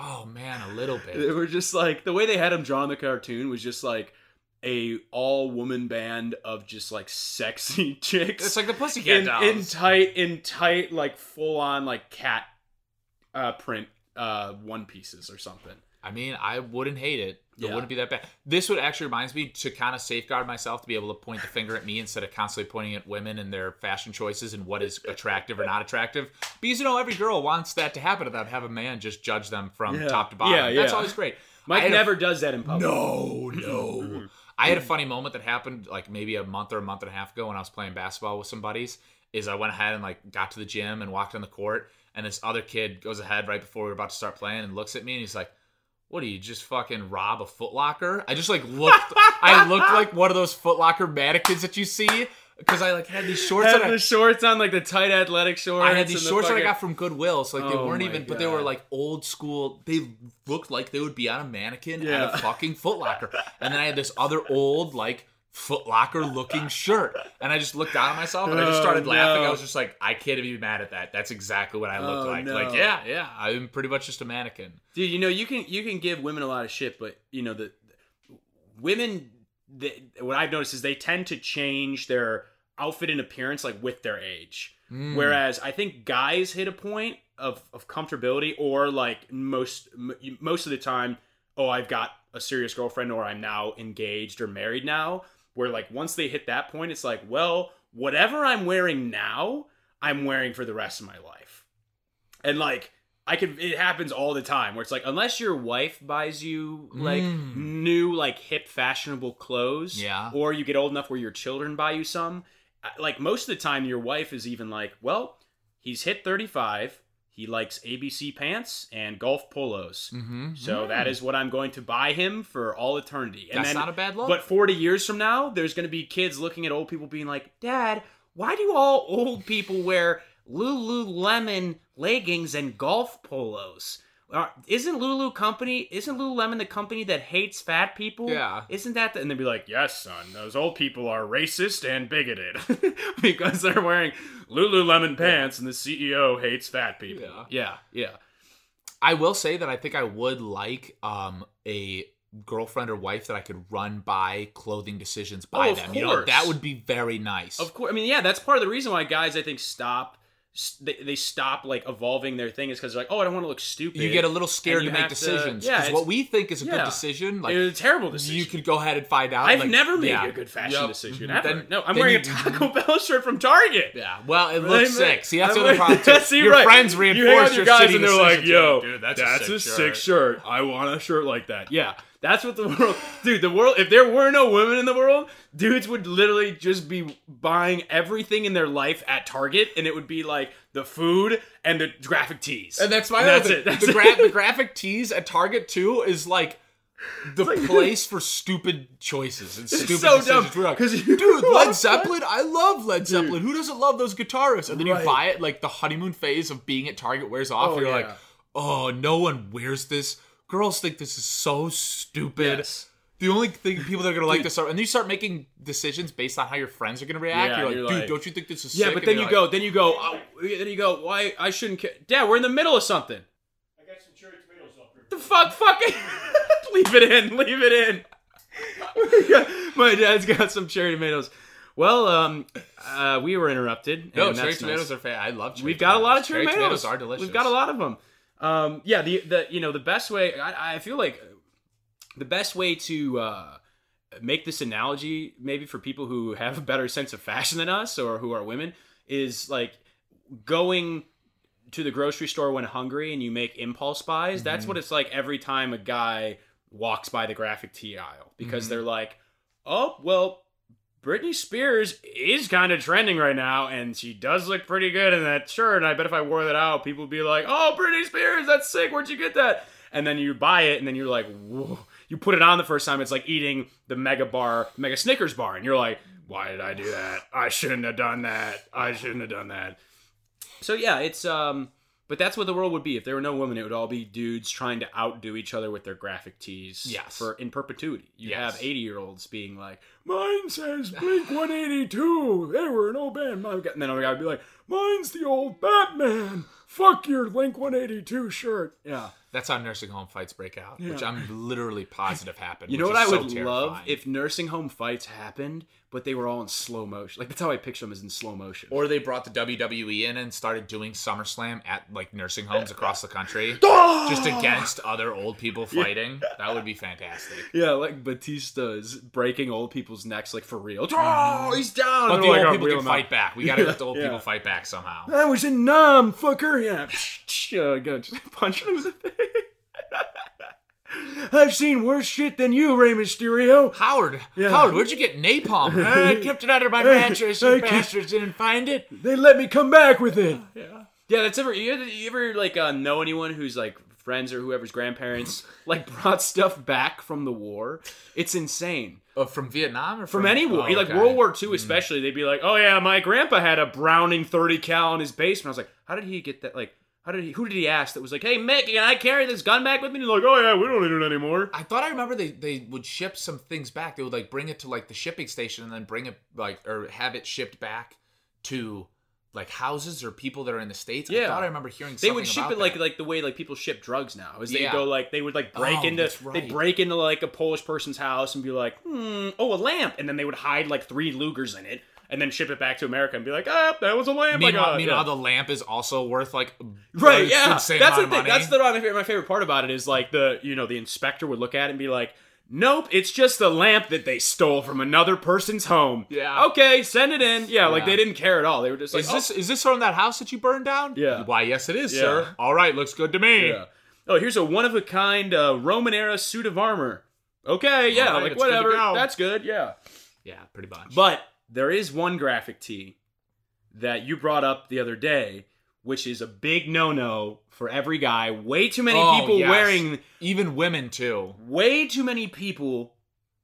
[SPEAKER 2] Oh man, a little bit.
[SPEAKER 1] they were just like the way they had them drawn in the cartoon was just like a all woman band of just like sexy *laughs* chicks
[SPEAKER 2] It's like the pussycat
[SPEAKER 1] in,
[SPEAKER 2] dolls.
[SPEAKER 1] in tight in tight like full on like cat uh print uh one pieces or something
[SPEAKER 2] I mean, I wouldn't hate it. It
[SPEAKER 1] Yeah.
[SPEAKER 2] wouldn't be that bad. This would actually reminds me to kind of safeguard myself to be able to point the finger at me instead of constantly pointing at women and their fashion choices and what is attractive or not attractive. Because you know, every girl wants that to happen to them. Have a man just judge them from
[SPEAKER 1] Yeah.
[SPEAKER 2] top to bottom.
[SPEAKER 1] Yeah,
[SPEAKER 2] That's
[SPEAKER 1] yeah.
[SPEAKER 2] always great. I
[SPEAKER 1] mike
[SPEAKER 2] had a-
[SPEAKER 1] never does that in public *laughs*
[SPEAKER 2] no, no. I had a funny moment that happened like maybe a month or a month and a half ago when I was playing basketball with some buddies. Is I went ahead and like got to the gym and walked on the court, and this other kid goes ahead right before we were about to start playing and looks at me and he's like, "What do you just fucking rob a Footlocker?" I just like looked. I looked like one of those Footlocker mannequins that you see because I like had these shorts.
[SPEAKER 1] had
[SPEAKER 2] on. I-
[SPEAKER 1] the shorts on like the tight athletic shorts
[SPEAKER 2] I had these
[SPEAKER 1] and the
[SPEAKER 2] shorts that I
[SPEAKER 1] fucking-
[SPEAKER 2] got from Goodwill, so like they
[SPEAKER 1] Oh
[SPEAKER 2] weren't
[SPEAKER 1] my
[SPEAKER 2] even, but they were
[SPEAKER 1] God.
[SPEAKER 2] like old school. They looked like they would be on a mannequin at
[SPEAKER 1] Yeah.
[SPEAKER 2] a fucking Foot
[SPEAKER 1] *laughs*
[SPEAKER 2] Locker. and then I had this other old like Foot Locker looking shirt, and I just looked down at myself and I just
[SPEAKER 1] Oh,
[SPEAKER 2] started laughing.
[SPEAKER 1] no.
[SPEAKER 2] I was just like, I can't be mad at that. That's exactly what I looked
[SPEAKER 1] Oh,
[SPEAKER 2] like.
[SPEAKER 1] no.
[SPEAKER 2] Like, yeah, yeah, I'm pretty much just a mannequin.
[SPEAKER 1] dude you know you can you can give women a lot of shit but you know the women the, what i've noticed is they tend to change their outfit and appearance like with their age
[SPEAKER 2] Mm.
[SPEAKER 1] Whereas I think guys hit a point of, of comfortability, or like most m- most of the time, oh, I've got a serious girlfriend, or I'm now engaged or married now. where like once they hit that point, it's like, well, whatever I'm wearing now, I'm wearing for the rest of my life. And like I could it happens all the time where it's like unless your wife buys you like
[SPEAKER 2] Mm.
[SPEAKER 1] new like hip fashionable clothes
[SPEAKER 2] Yeah.
[SPEAKER 1] or you get old enough where your children buy you some I- like most of the time your wife is even like, "Well, he's hit 35, he likes ABC pants and golf polos."
[SPEAKER 2] Mm-hmm.
[SPEAKER 1] So that is what I'm going to buy him for all eternity. And
[SPEAKER 2] That's
[SPEAKER 1] then,
[SPEAKER 2] not a bad look.
[SPEAKER 1] But 40 years from now, there's going to be kids looking at old people being like, Dad, why do all old people wear Lululemon leggings and golf polos? Are- Isn't Lulu company? Isn't Lululemon the company that hates fat people?
[SPEAKER 2] Yeah.
[SPEAKER 1] Isn't that? The, and they'd be like, "Yes, son. Those old people are racist and bigoted *laughs* because they're wearing Lululemon pants, and the CEO hates fat people."
[SPEAKER 2] Yeah.
[SPEAKER 1] yeah, yeah.
[SPEAKER 2] I will say that I think I would like um a girlfriend or wife that I could run by clothing decisions by
[SPEAKER 1] Oh, of
[SPEAKER 2] them. You know,
[SPEAKER 1] course.
[SPEAKER 2] that would be very nice.
[SPEAKER 1] Of course, I mean, yeah, that's part of the reason why guys, I think, stop. s- They, they stop like evolving their thing is because they're like, oh, I don't want to look stupid.
[SPEAKER 2] you get a little
[SPEAKER 1] And
[SPEAKER 2] scared to
[SPEAKER 1] you
[SPEAKER 2] make
[SPEAKER 1] have to-
[SPEAKER 2] decisions
[SPEAKER 1] yeah,
[SPEAKER 2] because
[SPEAKER 1] it's-
[SPEAKER 2] what we think is a good
[SPEAKER 1] yeah.
[SPEAKER 2] decision, like
[SPEAKER 1] it's a terrible decision.
[SPEAKER 2] you could go ahead and find out.
[SPEAKER 1] I've
[SPEAKER 2] like,
[SPEAKER 1] never made
[SPEAKER 2] yeah.
[SPEAKER 1] a good fashion
[SPEAKER 2] Yep.
[SPEAKER 1] decision
[SPEAKER 2] Mhm.
[SPEAKER 1] ever.
[SPEAKER 2] Then-
[SPEAKER 1] no, I'm
[SPEAKER 2] then
[SPEAKER 1] wearing a
[SPEAKER 2] you- *laughs*
[SPEAKER 1] Taco Bell shirt from Target.
[SPEAKER 2] Yeah, well, it
[SPEAKER 1] They
[SPEAKER 2] looks
[SPEAKER 1] make-
[SPEAKER 2] sick. See, that's
[SPEAKER 1] I'm
[SPEAKER 2] the
[SPEAKER 1] like-
[SPEAKER 2] other
[SPEAKER 1] *laughs*
[SPEAKER 2] problem. Too.
[SPEAKER 1] See,
[SPEAKER 2] your
[SPEAKER 1] right.
[SPEAKER 2] friends reinforce
[SPEAKER 1] you hang out with your
[SPEAKER 2] your
[SPEAKER 1] guys
[SPEAKER 2] shitty
[SPEAKER 1] and they're like,
[SPEAKER 2] decisions.
[SPEAKER 1] "Yo,
[SPEAKER 2] Dude,
[SPEAKER 1] that's, a,
[SPEAKER 2] shirt.
[SPEAKER 1] sick shirt. I want a shirt like that." Yeah, that's what the *laughs* world, dude. The world. If there were no women in the world, dudes would literally just be buying everything in their life at Target, and it would be like the food and the graphic tees.
[SPEAKER 2] And that's my
[SPEAKER 1] And
[SPEAKER 2] other
[SPEAKER 1] that's
[SPEAKER 2] thing.
[SPEAKER 1] it. That's
[SPEAKER 2] the,
[SPEAKER 1] *laughs* it.
[SPEAKER 2] gra- the graphic tees at Target too is like the place for stupid choices and stupid
[SPEAKER 1] so dumb,
[SPEAKER 2] decisions. We're like,
[SPEAKER 1] 'cause you- *laughs*
[SPEAKER 2] dude, Led Zeppelin. I love Led Zeppelin. Who doesn't love those guitarists? And then
[SPEAKER 1] Right.
[SPEAKER 2] you buy it. Like the honeymoon phase of being at Target wears off.
[SPEAKER 1] Oh,
[SPEAKER 2] and you're
[SPEAKER 1] yeah.
[SPEAKER 2] like, oh, no one wears this. Girls think this is so stupid.
[SPEAKER 1] Yes.
[SPEAKER 2] The only thing people that are gonna like this are, and then you start making decisions based on how your friends are gonna react.
[SPEAKER 1] Yeah,
[SPEAKER 2] you're like,
[SPEAKER 1] you're
[SPEAKER 2] dude,
[SPEAKER 1] like-
[SPEAKER 2] don't you think this is
[SPEAKER 1] Yeah,
[SPEAKER 2] sick?"
[SPEAKER 1] but
[SPEAKER 2] And
[SPEAKER 1] then
[SPEAKER 2] they're
[SPEAKER 1] you
[SPEAKER 2] like,
[SPEAKER 1] go, then you go, oh, then you go. Why I shouldn't care, Dad? We're in the middle of something.
[SPEAKER 3] I got some cherry tomatoes up here.
[SPEAKER 1] The fuck, fucking *laughs* leave it in, leave it in. *laughs* My dad's got some cherry tomatoes. Well, um, uh, we were interrupted.
[SPEAKER 2] No,
[SPEAKER 1] and
[SPEAKER 2] cherry
[SPEAKER 1] that's nice.
[SPEAKER 2] tomatoes are fan. I love cherry.
[SPEAKER 1] We've got a lot of
[SPEAKER 2] cherry
[SPEAKER 1] cherry
[SPEAKER 2] tomatoes. are delicious.
[SPEAKER 1] We've got a lot of them. Um, yeah, the the you know the best way I, I feel like the best way to uh, make this analogy maybe for people who have a better sense of fashion than us or who are women is like going to the grocery store when hungry and you make impulse buys. That's
[SPEAKER 2] Mm-hmm.
[SPEAKER 1] what it's like every time a guy walks by the graphic tee aisle because
[SPEAKER 2] Mhm.
[SPEAKER 1] they're like, oh well. Britney Spears is kind of trending right now, and she does look pretty good in that shirt. And I bet if I wore that out, people would be like, "Oh, Britney Spears, that's sick. Where'd you get that?" And then you buy it, and then you're like, "Whoa!" You put it on the first time. It's like eating the mega bar, mega Snickers bar, and you're like, "Why did I do that? I shouldn't have done that. I shouldn't have done that." So yeah, it's um, but that's what the world would be if there were no women. It would all be dudes trying to outdo each other with their graphic tees.
[SPEAKER 2] Yes.
[SPEAKER 1] for in perpetuity. You
[SPEAKER 2] Yes.
[SPEAKER 1] have eighty year olds being like, "Mine says Blink One Eighty Two. They were an old band." Mine got, and then another guy would be like, "Mine's the old Batman. Fuck your Blink One Eighty Two shirt." Yeah.
[SPEAKER 2] That's how nursing home fights break out, which
[SPEAKER 1] Yeah.
[SPEAKER 2] I'm literally positive happened.
[SPEAKER 1] You
[SPEAKER 2] which
[SPEAKER 1] know what I
[SPEAKER 2] is so
[SPEAKER 1] would love
[SPEAKER 2] terrifying.
[SPEAKER 1] if nursing home fights happened, but they were all in slow motion. Like that's how I picture them is in slow motion.
[SPEAKER 2] or they brought the WWE in and started doing SummerSlam at like nursing homes across the country, just against other old people fighting. That would be fantastic.
[SPEAKER 1] Yeah, like Batista is breaking old people's necks like for real. Oh, he's down.
[SPEAKER 2] But
[SPEAKER 1] They're
[SPEAKER 2] the
[SPEAKER 1] like,
[SPEAKER 2] old
[SPEAKER 1] "Oh,
[SPEAKER 2] people
[SPEAKER 1] reel
[SPEAKER 2] can
[SPEAKER 1] him
[SPEAKER 2] fight
[SPEAKER 1] out."
[SPEAKER 2] back. We gotta let the old
[SPEAKER 1] Yeah.
[SPEAKER 2] people fight back somehow.
[SPEAKER 1] I was in numb, fucker. Yeah, *laughs* uh, go just punch him in the *laughs* face. I've seen worse shit than you, Rey Mysterio.
[SPEAKER 2] Howard,
[SPEAKER 1] Yeah.
[SPEAKER 2] Howard, where'd you get
[SPEAKER 1] *laughs*
[SPEAKER 2] napalm? Uh, I kept it under my mattress.
[SPEAKER 1] I
[SPEAKER 2] You
[SPEAKER 1] kept-
[SPEAKER 2] bastards didn't find it.
[SPEAKER 1] They let me come back with it. *sighs* Yeah, yeah. That's ever you ever, you ever like uh, know anyone who's like friends or whoever's grandparents like *laughs* brought stuff back from the war? It's insane.
[SPEAKER 2] Uh, from Vietnam or
[SPEAKER 1] from any war,
[SPEAKER 2] Oh,
[SPEAKER 1] like
[SPEAKER 2] okay.
[SPEAKER 1] World War II especially, they'd be like, "Oh yeah, my grandpa had a Browning 30 cal in his basement." I was like, "How did he get that? Like, how did he? Who did he ask that was like, hey Mick, can I carry this gun back with me?'" And they're like, "Oh yeah, we don't need it anymore."
[SPEAKER 2] I thought I remember they, they would ship some things back. They would like bring it to like the shipping station and then bring it like or have it shipped back to like houses or people that are in the states. I
[SPEAKER 1] Yeah.
[SPEAKER 2] thought I remember hearing
[SPEAKER 1] They
[SPEAKER 2] something
[SPEAKER 1] would ship
[SPEAKER 2] about
[SPEAKER 1] it like
[SPEAKER 2] that.
[SPEAKER 1] like the way like people ship drugs now. Is they
[SPEAKER 2] Yeah.
[SPEAKER 1] go like they would like break
[SPEAKER 2] Oh,
[SPEAKER 1] into
[SPEAKER 2] that's
[SPEAKER 1] they
[SPEAKER 2] right.
[SPEAKER 1] they break into like a Polish person's house and be like, "Hmm, oh a lamp," and then they would hide like three Lugers in it and then ship it back to America and be like, "Ah, that was a lamp." I
[SPEAKER 2] meanwhile,
[SPEAKER 1] got."
[SPEAKER 2] meanwhile
[SPEAKER 1] Yeah.
[SPEAKER 2] the lamp is also worth like
[SPEAKER 1] Right,
[SPEAKER 2] an
[SPEAKER 1] yeah. That's
[SPEAKER 2] insane
[SPEAKER 1] the
[SPEAKER 2] amount
[SPEAKER 1] thing.
[SPEAKER 2] of money.
[SPEAKER 1] That's the my favorite, my favorite part about it is like the you know the inspector would look at it and be like, Nope, it's just a lamp that they stole from another person's home.
[SPEAKER 2] Yeah.
[SPEAKER 1] Okay, send it in. Yeah, like
[SPEAKER 2] Yeah.
[SPEAKER 1] they didn't care at all. They were just like,
[SPEAKER 2] Is
[SPEAKER 1] oh,
[SPEAKER 2] this is this from that house that you burned down?
[SPEAKER 1] Yeah.
[SPEAKER 2] Why, yes, it is,
[SPEAKER 1] Yeah.
[SPEAKER 2] sir. All right, looks good to me.
[SPEAKER 1] Yeah. Oh, here's a one of a kind uh, Roman era suit of armor. Okay, yeah,
[SPEAKER 2] Alright,
[SPEAKER 1] like
[SPEAKER 2] it's good to
[SPEAKER 1] whatever.
[SPEAKER 2] go.
[SPEAKER 1] That's good, yeah.
[SPEAKER 2] Yeah, pretty much.
[SPEAKER 1] But there is one graphic tee that you brought up the other day, which is a big no no for every guy. Way too many
[SPEAKER 2] Oh,
[SPEAKER 1] people
[SPEAKER 2] yes.
[SPEAKER 1] wearing
[SPEAKER 2] even women too.
[SPEAKER 1] way too many people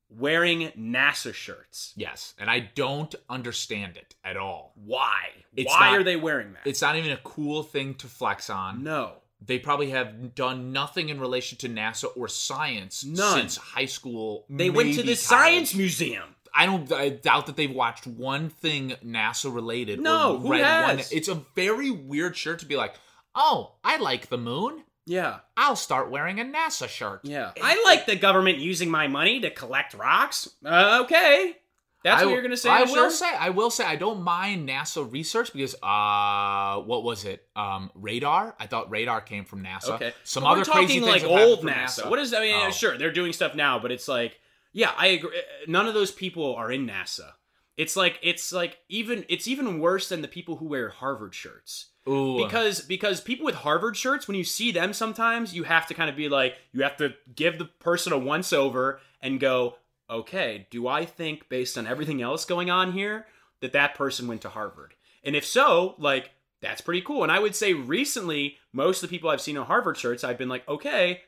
[SPEAKER 1] wearing NASA shirts.
[SPEAKER 2] Yes, and I don't understand it at all.
[SPEAKER 1] Why?
[SPEAKER 2] It's
[SPEAKER 1] Why
[SPEAKER 2] not-
[SPEAKER 1] are they wearing that?
[SPEAKER 2] It's not even a cool thing to flex on.
[SPEAKER 1] no.
[SPEAKER 2] They probably have done nothing in relation to NASA or science
[SPEAKER 1] None.
[SPEAKER 2] since high school.
[SPEAKER 1] They went to the
[SPEAKER 2] maybe college.
[SPEAKER 1] science museum.
[SPEAKER 2] I don't. I doubt that they've watched one thing NASA related.
[SPEAKER 1] No,
[SPEAKER 2] or
[SPEAKER 1] who
[SPEAKER 2] read
[SPEAKER 1] has?
[SPEAKER 2] One. It's a very weird shirt to be like, oh, I like the moon.
[SPEAKER 1] Yeah,
[SPEAKER 2] I'll start wearing a NASA shirt.
[SPEAKER 1] yeah. I like the government using my money to collect rocks. Uh, okay, that's
[SPEAKER 2] I-
[SPEAKER 1] what you're gonna say.
[SPEAKER 2] I
[SPEAKER 1] sure?
[SPEAKER 2] will say. I will say. I don't mind NASA research because uh, what was it? Um, radar. I thought radar came from NASA.
[SPEAKER 1] Okay.
[SPEAKER 2] Some
[SPEAKER 1] But
[SPEAKER 2] other
[SPEAKER 1] we're
[SPEAKER 2] crazy
[SPEAKER 1] talking
[SPEAKER 2] things
[SPEAKER 1] like
[SPEAKER 2] have happened
[SPEAKER 1] old
[SPEAKER 2] from
[SPEAKER 1] NASA. What is? I mean,
[SPEAKER 2] Oh.
[SPEAKER 1] sure, they're doing stuff now, but it's like, yeah, I agree. None of those people are in NASA. It's like it's like even it's even worse than the people who wear Harvard shirts
[SPEAKER 2] Ooh.
[SPEAKER 1] because because people with Harvard shirts when you see them sometimes you have to kind of be like you have to give the person a once over and go okay do I think based on everything else going on here that that person went to Harvard and if so like that's pretty cool and I would say recently most of the people I've seen in Harvard shirts I've been like okay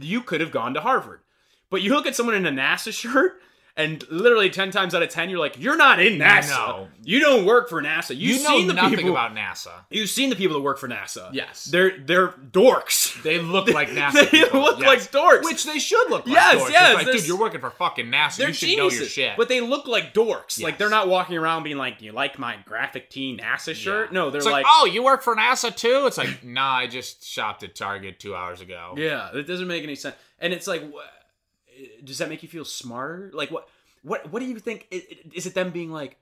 [SPEAKER 1] you could have gone to Harvard but you look at someone in a NASA *laughs* shirt and literally 10 times out of 10 you're like you're not in NASA
[SPEAKER 2] No.
[SPEAKER 1] you don't work for NASA
[SPEAKER 2] you
[SPEAKER 1] you've
[SPEAKER 2] know
[SPEAKER 1] seen the
[SPEAKER 2] nothing
[SPEAKER 1] people
[SPEAKER 2] about NASA.
[SPEAKER 1] You've seen the people that work for NASA.
[SPEAKER 2] Yes.
[SPEAKER 1] They're they're dorks.
[SPEAKER 2] *laughs* They
[SPEAKER 1] *laughs*
[SPEAKER 2] look like NASA.
[SPEAKER 1] they
[SPEAKER 2] people.
[SPEAKER 1] look
[SPEAKER 2] Yes.
[SPEAKER 1] like dorks.
[SPEAKER 2] Which they should look like.
[SPEAKER 1] Yes,
[SPEAKER 2] dorks. It's
[SPEAKER 1] yes,
[SPEAKER 2] Like,
[SPEAKER 1] there's-
[SPEAKER 2] dude, you're working for fucking NASA.
[SPEAKER 1] they're
[SPEAKER 2] You should
[SPEAKER 1] geniuses,
[SPEAKER 2] know your shit.
[SPEAKER 1] but they look like dorks. Like
[SPEAKER 2] Yes.
[SPEAKER 1] they're not walking around being like, "Do you like my graphic tee NASA shirt?"
[SPEAKER 2] Yeah.
[SPEAKER 1] No, they're
[SPEAKER 2] It's
[SPEAKER 1] like,
[SPEAKER 2] oh, you work for NASA too? It's like, nah, I just shopped at Target two hours ago.
[SPEAKER 1] "Yeah, that doesn't make any sense." And it's like, wh- does that make you feel smarter? Like what? What? What do you think? i- i- Is it them being like,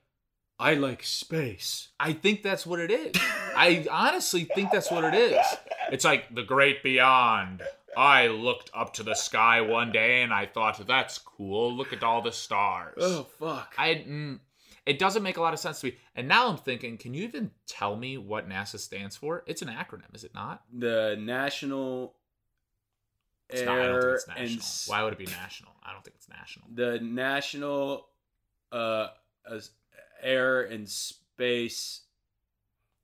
[SPEAKER 1] "I like space"?
[SPEAKER 2] I think that's what it is. I honestly think that's what it is. It's like the great beyond. I looked up to the sky one day and I thought, that's cool. Look at all the stars.
[SPEAKER 1] Oh fuck!
[SPEAKER 2] I mm, it doesn't make a lot of sense to me. And now I'm thinking, can you even tell me what NASA stands for? It's an acronym, is it not?
[SPEAKER 1] the National
[SPEAKER 2] It's
[SPEAKER 1] Air
[SPEAKER 2] not. I don't think it's
[SPEAKER 1] and
[SPEAKER 2] national.
[SPEAKER 1] S-
[SPEAKER 2] Why would it be national? I don't think it's national.
[SPEAKER 1] the National uh, as- Air and Space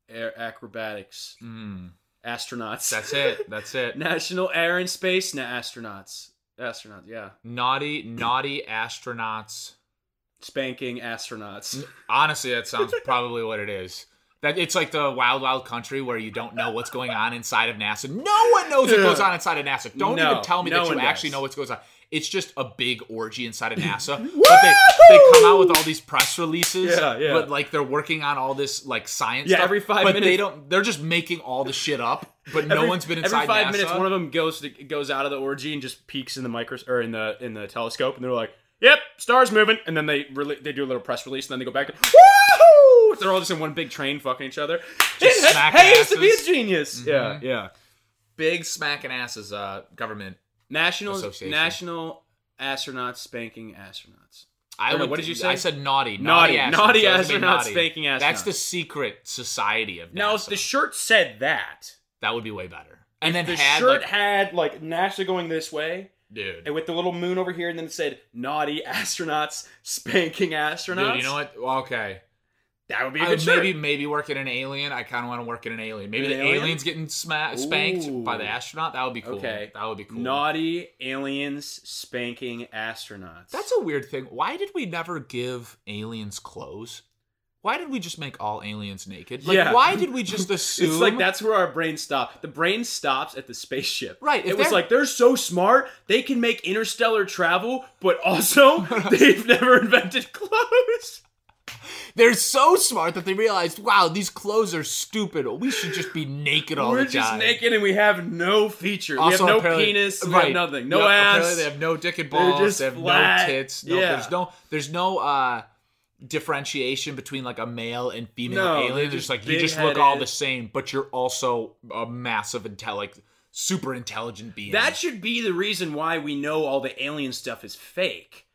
[SPEAKER 1] Air Acrobatics
[SPEAKER 2] Mm,
[SPEAKER 1] Astronauts. *laughs*
[SPEAKER 2] that's it. That's it.
[SPEAKER 1] National Air and Space na- Astronauts. Astronauts, yeah.
[SPEAKER 2] naughty, naughty astronauts.
[SPEAKER 1] Spanking *laughs* astronauts.
[SPEAKER 2] Honestly,
[SPEAKER 1] *laughs*
[SPEAKER 2] that sounds probably what it is. That it's like the wild, wild country where you don't know what's going on inside of NASA. No one knows what
[SPEAKER 1] Yeah.
[SPEAKER 2] goes on inside of NASA. Don't
[SPEAKER 1] No,
[SPEAKER 2] even tell me
[SPEAKER 1] no
[SPEAKER 2] that
[SPEAKER 1] one
[SPEAKER 2] you
[SPEAKER 1] does.
[SPEAKER 2] actually know what's going on. It's just a big
[SPEAKER 1] *laughs*
[SPEAKER 2] orgy inside of NASA. but they, they come out with all these press releases.
[SPEAKER 1] Yeah, yeah.
[SPEAKER 2] But like they're working on all this like science
[SPEAKER 1] Yeah,
[SPEAKER 2] stuff.
[SPEAKER 1] every five
[SPEAKER 2] but they
[SPEAKER 1] minutes-
[SPEAKER 2] don't they're just making all the shit up. But no
[SPEAKER 1] Every-
[SPEAKER 2] one's been inside
[SPEAKER 1] Every five
[SPEAKER 2] NASA.
[SPEAKER 1] minutes, one of them goes to, goes out of the orgy and just peeks in the micro or in the in the telescope, and they're like, "Yep, stars moving." And then they really they do a little press release, and then they go back to woo. They're all just in one big train, fucking each other.
[SPEAKER 2] Just
[SPEAKER 1] hey,
[SPEAKER 2] smack
[SPEAKER 1] hey, used to be a
[SPEAKER 2] asses. Mm-hmm.
[SPEAKER 1] genius. Yeah, yeah.
[SPEAKER 2] big smacking asses uh government.
[SPEAKER 1] National
[SPEAKER 2] Association.
[SPEAKER 1] National Astronauts Spanking Astronauts.
[SPEAKER 2] I
[SPEAKER 1] Or no,
[SPEAKER 2] would,
[SPEAKER 1] what did you say?
[SPEAKER 2] I said naughty.
[SPEAKER 1] Naughty,
[SPEAKER 2] Naughty, astronauts.
[SPEAKER 1] naughty
[SPEAKER 2] That doesn't mean
[SPEAKER 1] astronauts spanking
[SPEAKER 2] That's
[SPEAKER 1] astronauts.
[SPEAKER 2] the secret society of NASA.
[SPEAKER 1] Now, if the shirt said that,
[SPEAKER 2] that would be way better. And then
[SPEAKER 1] the
[SPEAKER 2] had,
[SPEAKER 1] shirt
[SPEAKER 2] like,
[SPEAKER 1] had like NASA going this way,
[SPEAKER 2] dude,
[SPEAKER 1] and with the little moon over here, and then it said "naughty astronauts spanking astronauts."
[SPEAKER 2] dude, you know what? Well, okay,
[SPEAKER 1] That would be a
[SPEAKER 2] I
[SPEAKER 1] good
[SPEAKER 2] would
[SPEAKER 1] shirt.
[SPEAKER 2] maybe maybe work in an alien. I kind of want to work in an alien. Maybe
[SPEAKER 1] An
[SPEAKER 2] the
[SPEAKER 1] alien?
[SPEAKER 2] aliens getting sma- spanked
[SPEAKER 1] Ooh.
[SPEAKER 2] by the astronaut. That would be cool.
[SPEAKER 1] Okay.
[SPEAKER 2] that would be cool.
[SPEAKER 1] Naughty aliens spanking astronauts.
[SPEAKER 2] That's a weird thing. Why did we never give aliens clothes? Why did we just make all aliens naked? Like,
[SPEAKER 1] Yeah.
[SPEAKER 2] why did we just assume?
[SPEAKER 1] *laughs* It's like that's where our brain stopped. The brain stops at the spaceship.
[SPEAKER 2] Right, if
[SPEAKER 1] It was
[SPEAKER 2] they're-
[SPEAKER 1] like they're so smart they can make interstellar travel, but
[SPEAKER 2] *laughs*
[SPEAKER 1] also they've never invented clothes.
[SPEAKER 2] They're so smart that they realized, wow, these clothes are stupid. We should just be naked all
[SPEAKER 1] We're
[SPEAKER 2] the
[SPEAKER 1] just
[SPEAKER 2] time.
[SPEAKER 1] naked and we have no feature. we have no
[SPEAKER 2] apparently-
[SPEAKER 1] penis. We
[SPEAKER 2] right.
[SPEAKER 1] have nothing. No
[SPEAKER 2] Yep,
[SPEAKER 1] ass.
[SPEAKER 2] Apparently they have no dick and balls.
[SPEAKER 1] just
[SPEAKER 2] they have
[SPEAKER 1] flat.
[SPEAKER 2] no tits. No,
[SPEAKER 1] Yeah.
[SPEAKER 2] there's no there's no uh differentiation between like a male and female
[SPEAKER 1] No,
[SPEAKER 2] alien.
[SPEAKER 1] they're
[SPEAKER 2] They're just
[SPEAKER 1] just
[SPEAKER 2] like you just look all
[SPEAKER 1] big-headed.
[SPEAKER 2] the same, but you're also a massive intel like super intelligent being.
[SPEAKER 1] That should be the reason why we know all the alien stuff is fake.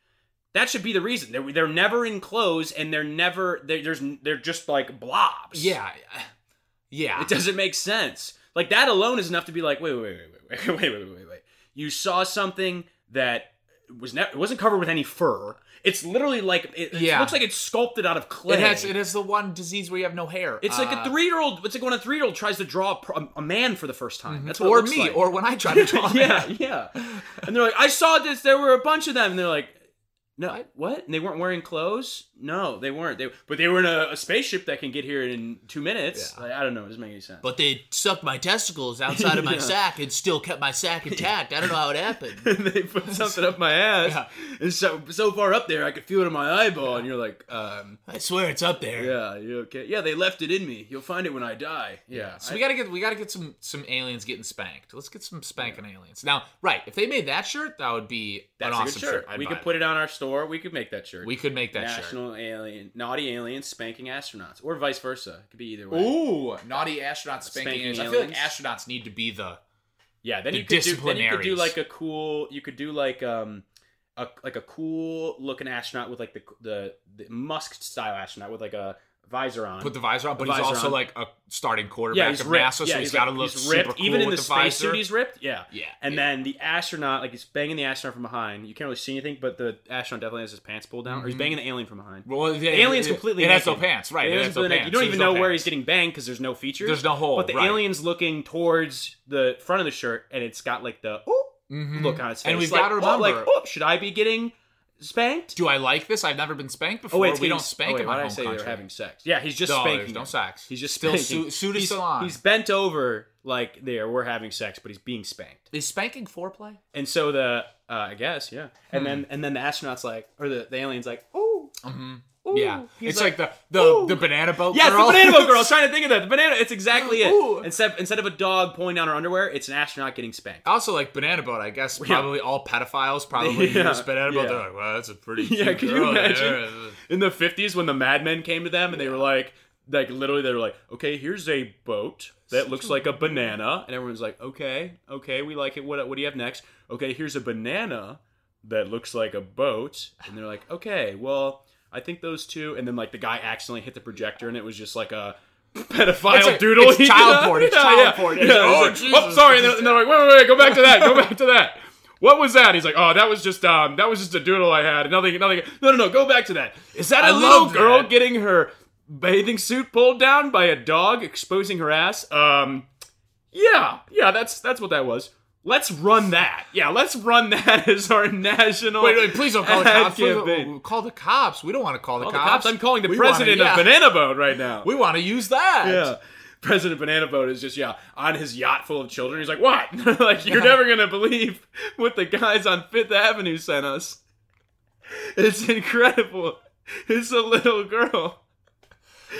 [SPEAKER 1] That should be the reason. They're, they're never in clothes and they're never they're, there's they're just like blobs.
[SPEAKER 2] yeah, yeah.
[SPEAKER 1] It doesn't make sense. Like that alone is enough to be like, wait, wait, wait, wait, *laughs* wait, wait, wait, wait, wait. You saw something that was ne- it wasn't covered with any fur. It's literally like it, it
[SPEAKER 2] Yeah.
[SPEAKER 1] looks like it's sculpted out of clay.
[SPEAKER 2] It has it has the one disease where you have no hair.
[SPEAKER 1] it's like
[SPEAKER 2] Uh,
[SPEAKER 1] a three-year-old. It's like when a three-year-old tries to draw a, pro- a man for the first time. That's what it
[SPEAKER 2] Mm-hmm. or
[SPEAKER 1] looks
[SPEAKER 2] me,
[SPEAKER 1] *laughs* like.
[SPEAKER 2] or when I try to draw.
[SPEAKER 1] yeah, yeah. And they're like, I saw this. There were a bunch of them. And they're like, no, what? And they weren't wearing clothes? No, they weren't. They, but they were in a, a spaceship that can get here in two minutes. Like, I don't know. It doesn't make any sense.
[SPEAKER 2] But they sucked my testicles
[SPEAKER 1] *laughs*
[SPEAKER 2] outside of my sack and still kept my sack intact. I don't know how it *laughs* happened.
[SPEAKER 1] they put something up my ass,
[SPEAKER 2] Yeah.
[SPEAKER 1] and so so far up there, I could feel it in my eyeball. And you're like, um,
[SPEAKER 2] I swear it's up there.
[SPEAKER 1] yeah, you okay? Yeah, they left it in me. You'll find it when I die. Yeah.
[SPEAKER 2] So we gotta get we gotta get some some aliens getting spanked. Let's get some spanking aliens. Now, right? If they made that shirt, that would be
[SPEAKER 1] that's
[SPEAKER 2] an
[SPEAKER 1] a good
[SPEAKER 2] awesome
[SPEAKER 1] shirt.
[SPEAKER 2] I'd
[SPEAKER 1] We
[SPEAKER 2] buy
[SPEAKER 1] could
[SPEAKER 2] that.
[SPEAKER 1] put it on our store. We could make that shirt.
[SPEAKER 2] We could make that shirt.
[SPEAKER 1] National alien, naughty aliens spanking astronauts, or vice versa. It could be either way.
[SPEAKER 2] Ooh, naughty astronauts spanking,
[SPEAKER 1] Spanking
[SPEAKER 2] aliens. I feel
[SPEAKER 1] aliens.
[SPEAKER 2] like astronauts need to be the
[SPEAKER 1] Yeah, then
[SPEAKER 2] The
[SPEAKER 1] you could do then you could do
[SPEAKER 2] disciplinaries.
[SPEAKER 1] like a cool you could do like um a like a cool looking astronaut with like the the, the Musk style astronaut with like a visor on.
[SPEAKER 2] put the visor on, but he's
[SPEAKER 1] visor
[SPEAKER 2] also
[SPEAKER 1] on.
[SPEAKER 2] like a starting quarterback
[SPEAKER 1] yeah, he's
[SPEAKER 2] of
[SPEAKER 1] ripped.
[SPEAKER 2] NASA,
[SPEAKER 1] yeah,
[SPEAKER 2] so
[SPEAKER 1] he's
[SPEAKER 2] he's got to
[SPEAKER 1] like-
[SPEAKER 2] look
[SPEAKER 1] he's
[SPEAKER 2] super
[SPEAKER 1] ripped.
[SPEAKER 2] cool
[SPEAKER 1] Even in
[SPEAKER 2] with
[SPEAKER 1] the,
[SPEAKER 2] the,
[SPEAKER 1] space
[SPEAKER 2] visor.
[SPEAKER 1] suit, he's ripped. Yeah.
[SPEAKER 2] yeah,
[SPEAKER 1] And
[SPEAKER 2] yeah.
[SPEAKER 1] then the astronaut, like he's banging the astronaut from behind. You can't really see anything, but the astronaut definitely has his pants pulled down, or he's banging the alien from behind.
[SPEAKER 2] well, the
[SPEAKER 1] alien's completely
[SPEAKER 2] It has no
[SPEAKER 1] naked.
[SPEAKER 2] pants, Mm-hmm. right?
[SPEAKER 1] The
[SPEAKER 2] It
[SPEAKER 1] alien's
[SPEAKER 2] has no
[SPEAKER 1] completely
[SPEAKER 2] pants.
[SPEAKER 1] naked. You don't
[SPEAKER 2] so
[SPEAKER 1] even
[SPEAKER 2] there's
[SPEAKER 1] know where
[SPEAKER 2] pants.
[SPEAKER 1] he's getting banged because there's no features.
[SPEAKER 2] There's no hole,
[SPEAKER 1] But the
[SPEAKER 2] right.
[SPEAKER 1] alien's looking towards the front of the shirt, and it's got like the oh
[SPEAKER 2] Mhm.
[SPEAKER 1] look on its face.
[SPEAKER 2] And we've
[SPEAKER 1] like,
[SPEAKER 2] gotta
[SPEAKER 1] oh, like,
[SPEAKER 2] remember-
[SPEAKER 1] oh, should I be getting spanked?
[SPEAKER 2] Do I like this? I've never been spanked before.
[SPEAKER 1] Oh wait, it's
[SPEAKER 2] we
[SPEAKER 1] getting-
[SPEAKER 2] don't spank
[SPEAKER 1] oh, wait,
[SPEAKER 2] in
[SPEAKER 1] why
[SPEAKER 2] my
[SPEAKER 1] did I
[SPEAKER 2] home
[SPEAKER 1] say
[SPEAKER 2] country.
[SPEAKER 1] they're having sex? Yeah, he's just
[SPEAKER 2] no,
[SPEAKER 1] spanking.
[SPEAKER 2] there's no
[SPEAKER 1] him.
[SPEAKER 2] sex.
[SPEAKER 1] He's just
[SPEAKER 2] still
[SPEAKER 1] spanking.
[SPEAKER 2] suit, suit is
[SPEAKER 1] he's,
[SPEAKER 2] still on.
[SPEAKER 1] He's bent over like there. We're having sex, but he's being spanked.
[SPEAKER 2] is spanking foreplay?
[SPEAKER 1] And so the uh, I guess yeah.
[SPEAKER 2] Hmm.
[SPEAKER 1] And then and then the astronauts like or the, the aliens like oh
[SPEAKER 2] Ooh, Mm-hmm. yeah,
[SPEAKER 1] He's
[SPEAKER 2] it's
[SPEAKER 1] like,
[SPEAKER 2] like, the the,
[SPEAKER 1] ooh.
[SPEAKER 2] the banana boat.
[SPEAKER 1] yes
[SPEAKER 2] girl.
[SPEAKER 1] the banana boat girl. I
[SPEAKER 2] *laughs*
[SPEAKER 1] was trying to think of that. The banana. It's exactly it.
[SPEAKER 2] Ooh.
[SPEAKER 1] Instead instead of a dog pulling down her underwear, it's an astronaut getting spanked.
[SPEAKER 2] Also, like banana boat, I guess probably all pedophiles
[SPEAKER 1] *laughs*
[SPEAKER 2] probably
[SPEAKER 1] Yeah,
[SPEAKER 2] use banana boat.
[SPEAKER 1] yeah.
[SPEAKER 2] They're like, wow, that's a
[SPEAKER 1] *laughs*
[SPEAKER 2] pretty
[SPEAKER 1] Yeah,
[SPEAKER 2] cute
[SPEAKER 1] could you
[SPEAKER 2] girl there."
[SPEAKER 1] imagine? *laughs* in the 50s when the Mad Men came to them and they were like like literally they were like okay here's a boat that looks like a banana and everyone's like okay okay we like it what what do you have next okay here's a banana that looks like a boat and they're like okay well I think those two and then like the guy accidentally hit the projector and it was just like a *laughs* pedophile
[SPEAKER 2] It's like-
[SPEAKER 1] doodle *laughs*
[SPEAKER 2] it's
[SPEAKER 1] he did.
[SPEAKER 2] child porn, it's child porn. It's like,
[SPEAKER 1] oh,
[SPEAKER 2] oh,
[SPEAKER 1] oh
[SPEAKER 2] Jesus
[SPEAKER 1] sorry and they're, and they're like wait wait wait go back to that go back to that what was that? He's like, oh, that was just um, that was just a doodle I had. Nothing, nothing. No, no, no. Go back to that. Is that a
[SPEAKER 2] I
[SPEAKER 1] little
[SPEAKER 2] love
[SPEAKER 1] girl
[SPEAKER 2] that.
[SPEAKER 1] getting her bathing suit pulled down by a dog, exposing her ass? Um, yeah, yeah. That's that's what that was. Let's run that. Yeah, let's run that *laughs* as our national.
[SPEAKER 2] Wait, wait, please don't call
[SPEAKER 1] *laughs*
[SPEAKER 2] the
[SPEAKER 1] ad
[SPEAKER 2] cops. Please don't-
[SPEAKER 1] campaign.
[SPEAKER 2] call the cops. We don't want to call the
[SPEAKER 1] Call the
[SPEAKER 2] cops.
[SPEAKER 1] cops. I'm calling the
[SPEAKER 2] We wanna-
[SPEAKER 1] president
[SPEAKER 2] yeah.
[SPEAKER 1] of Banana Boat right now.
[SPEAKER 2] We want to use that.
[SPEAKER 1] Yeah. President Banana Boat is just yeah on his yacht full of children. He's like, what? *laughs* And they're like you're never gonna believe what the guys on Fifth Avenue sent us. It's incredible. It's a little girl.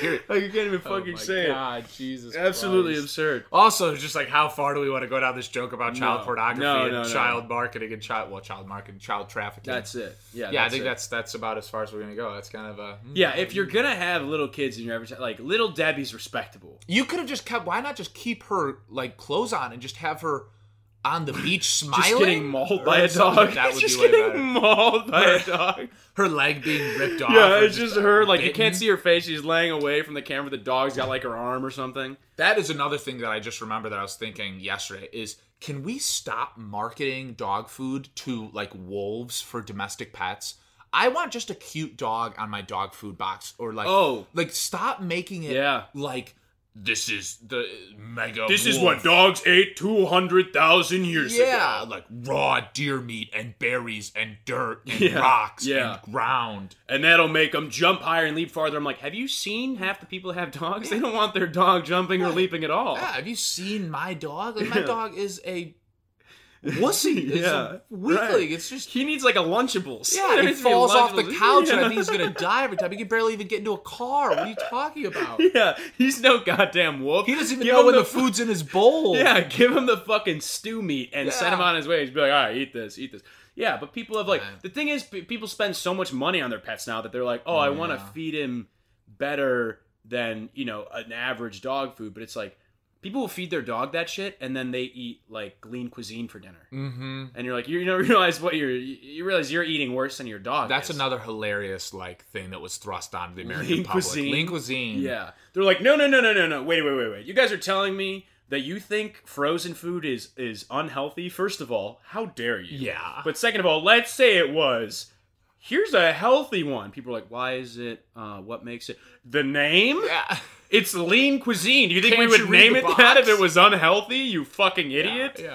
[SPEAKER 2] Here-
[SPEAKER 1] Like you can't even
[SPEAKER 2] Oh
[SPEAKER 1] fucking
[SPEAKER 2] my
[SPEAKER 1] say
[SPEAKER 2] God, Jesus.
[SPEAKER 1] it. Absolutely
[SPEAKER 2] Christ.
[SPEAKER 1] absurd.
[SPEAKER 2] Also, just like how far do we want to go down this joke about child
[SPEAKER 1] No.
[SPEAKER 2] pornography
[SPEAKER 1] No,
[SPEAKER 2] and
[SPEAKER 1] no, no.
[SPEAKER 2] child marketing and child well, child marketing, child trafficking?
[SPEAKER 1] That's it. Yeah.
[SPEAKER 2] yeah. I think
[SPEAKER 1] it.
[SPEAKER 2] that's that's about as far as we're gonna go. That's kind of uh, hmm. a
[SPEAKER 1] yeah. If you're gonna have little kids in your advertising, like Little Debbie's respectable.
[SPEAKER 2] You could have just kept. Why not just keep her like clothes on and just have her on the beach smiling,
[SPEAKER 1] Just getting mauled
[SPEAKER 2] or
[SPEAKER 1] by a
[SPEAKER 2] something?
[SPEAKER 1] dog. *laughs*
[SPEAKER 2] That would
[SPEAKER 1] just
[SPEAKER 2] be way
[SPEAKER 1] getting
[SPEAKER 2] better.
[SPEAKER 1] mauled by a dog.
[SPEAKER 2] Her leg being ripped off.
[SPEAKER 1] Yeah,
[SPEAKER 2] or
[SPEAKER 1] it's just her. Like you can't
[SPEAKER 2] bitten.
[SPEAKER 1] see her face. She's laying away from the camera. The dog's got like her arm or something.
[SPEAKER 2] That is another thing that I just remember that I was thinking yesterday is can we stop marketing dog food to like wolves for domestic pets? I want just a cute dog on my dog food box or like
[SPEAKER 1] Oh.
[SPEAKER 2] like stop making it
[SPEAKER 1] Yeah.
[SPEAKER 2] like this is the mega wolf."
[SPEAKER 1] dogs ate two hundred thousand years
[SPEAKER 2] yeah, like raw deer meat and berries and dirt and
[SPEAKER 1] Yeah,
[SPEAKER 2] rocks
[SPEAKER 1] yeah.
[SPEAKER 2] and ground.
[SPEAKER 1] and that'll make them jump higher and leap farther. I'm like, have you seen half the people that have dogs? They don't want their dog jumping or leaping at all.
[SPEAKER 2] Yeah, have you seen my dog? Like my dog is
[SPEAKER 1] *laughs*
[SPEAKER 2] a wussy. It's
[SPEAKER 1] Yeah,
[SPEAKER 2] a weakling.
[SPEAKER 1] right.
[SPEAKER 2] It's
[SPEAKER 1] *laughs*
[SPEAKER 2] just
[SPEAKER 1] He needs like a Lunchables. *laughs*
[SPEAKER 2] Yeah, he
[SPEAKER 1] needs to be
[SPEAKER 2] falls off the
[SPEAKER 1] Lunchables.
[SPEAKER 2] couch and I
[SPEAKER 1] Yeah. *laughs*
[SPEAKER 2] think he's gonna die every time. He can barely even get into a car. What are you
[SPEAKER 1] *laughs*
[SPEAKER 2] talking about?
[SPEAKER 1] Yeah, he's no goddamn wolf.
[SPEAKER 2] He doesn't even
[SPEAKER 1] Give
[SPEAKER 2] know
[SPEAKER 1] him
[SPEAKER 2] when the,
[SPEAKER 1] the
[SPEAKER 2] food's in his bowl.
[SPEAKER 1] *laughs* Yeah, give him the fucking stew meat and send him
[SPEAKER 2] Yeah.
[SPEAKER 1] on his way. He'd be like, all right, eat this, eat this. Yeah, but people have like
[SPEAKER 2] Yeah.
[SPEAKER 1] the thing is, pe- people spend so much money on their pets now that they're like, oh, I want to
[SPEAKER 2] Yeah.
[SPEAKER 1] feed him better than you know an average dog food. But it's like, People will feed their dog that shit, and then they eat like lean cuisine for dinner.
[SPEAKER 2] Mm-hmm.
[SPEAKER 1] And you're like, you don't *laughs* realize what you're. You realize you're eating worse than your dog.
[SPEAKER 2] That's
[SPEAKER 1] is.
[SPEAKER 2] another hilarious like thing that was thrust onto the American
[SPEAKER 1] Lean
[SPEAKER 2] public.
[SPEAKER 1] cuisine.
[SPEAKER 2] Lean cuisine.
[SPEAKER 1] Yeah, they're like, no, no, no, no, no, no. Wait, wait, wait, wait. You guys are telling me that you think frozen food is is unhealthy. First of all, how dare you?
[SPEAKER 2] Yeah.
[SPEAKER 1] But second of all, let's say it was. Here's a healthy one. People are like, why is it? Uh, what makes it? The name?
[SPEAKER 2] yeah.
[SPEAKER 1] *laughs* It's lean cuisine. Do you think
[SPEAKER 2] Can't
[SPEAKER 1] we
[SPEAKER 2] you
[SPEAKER 1] would name
[SPEAKER 2] read the
[SPEAKER 1] it that if
[SPEAKER 2] box?
[SPEAKER 1] it was unhealthy? You fucking idiot.
[SPEAKER 2] Yeah.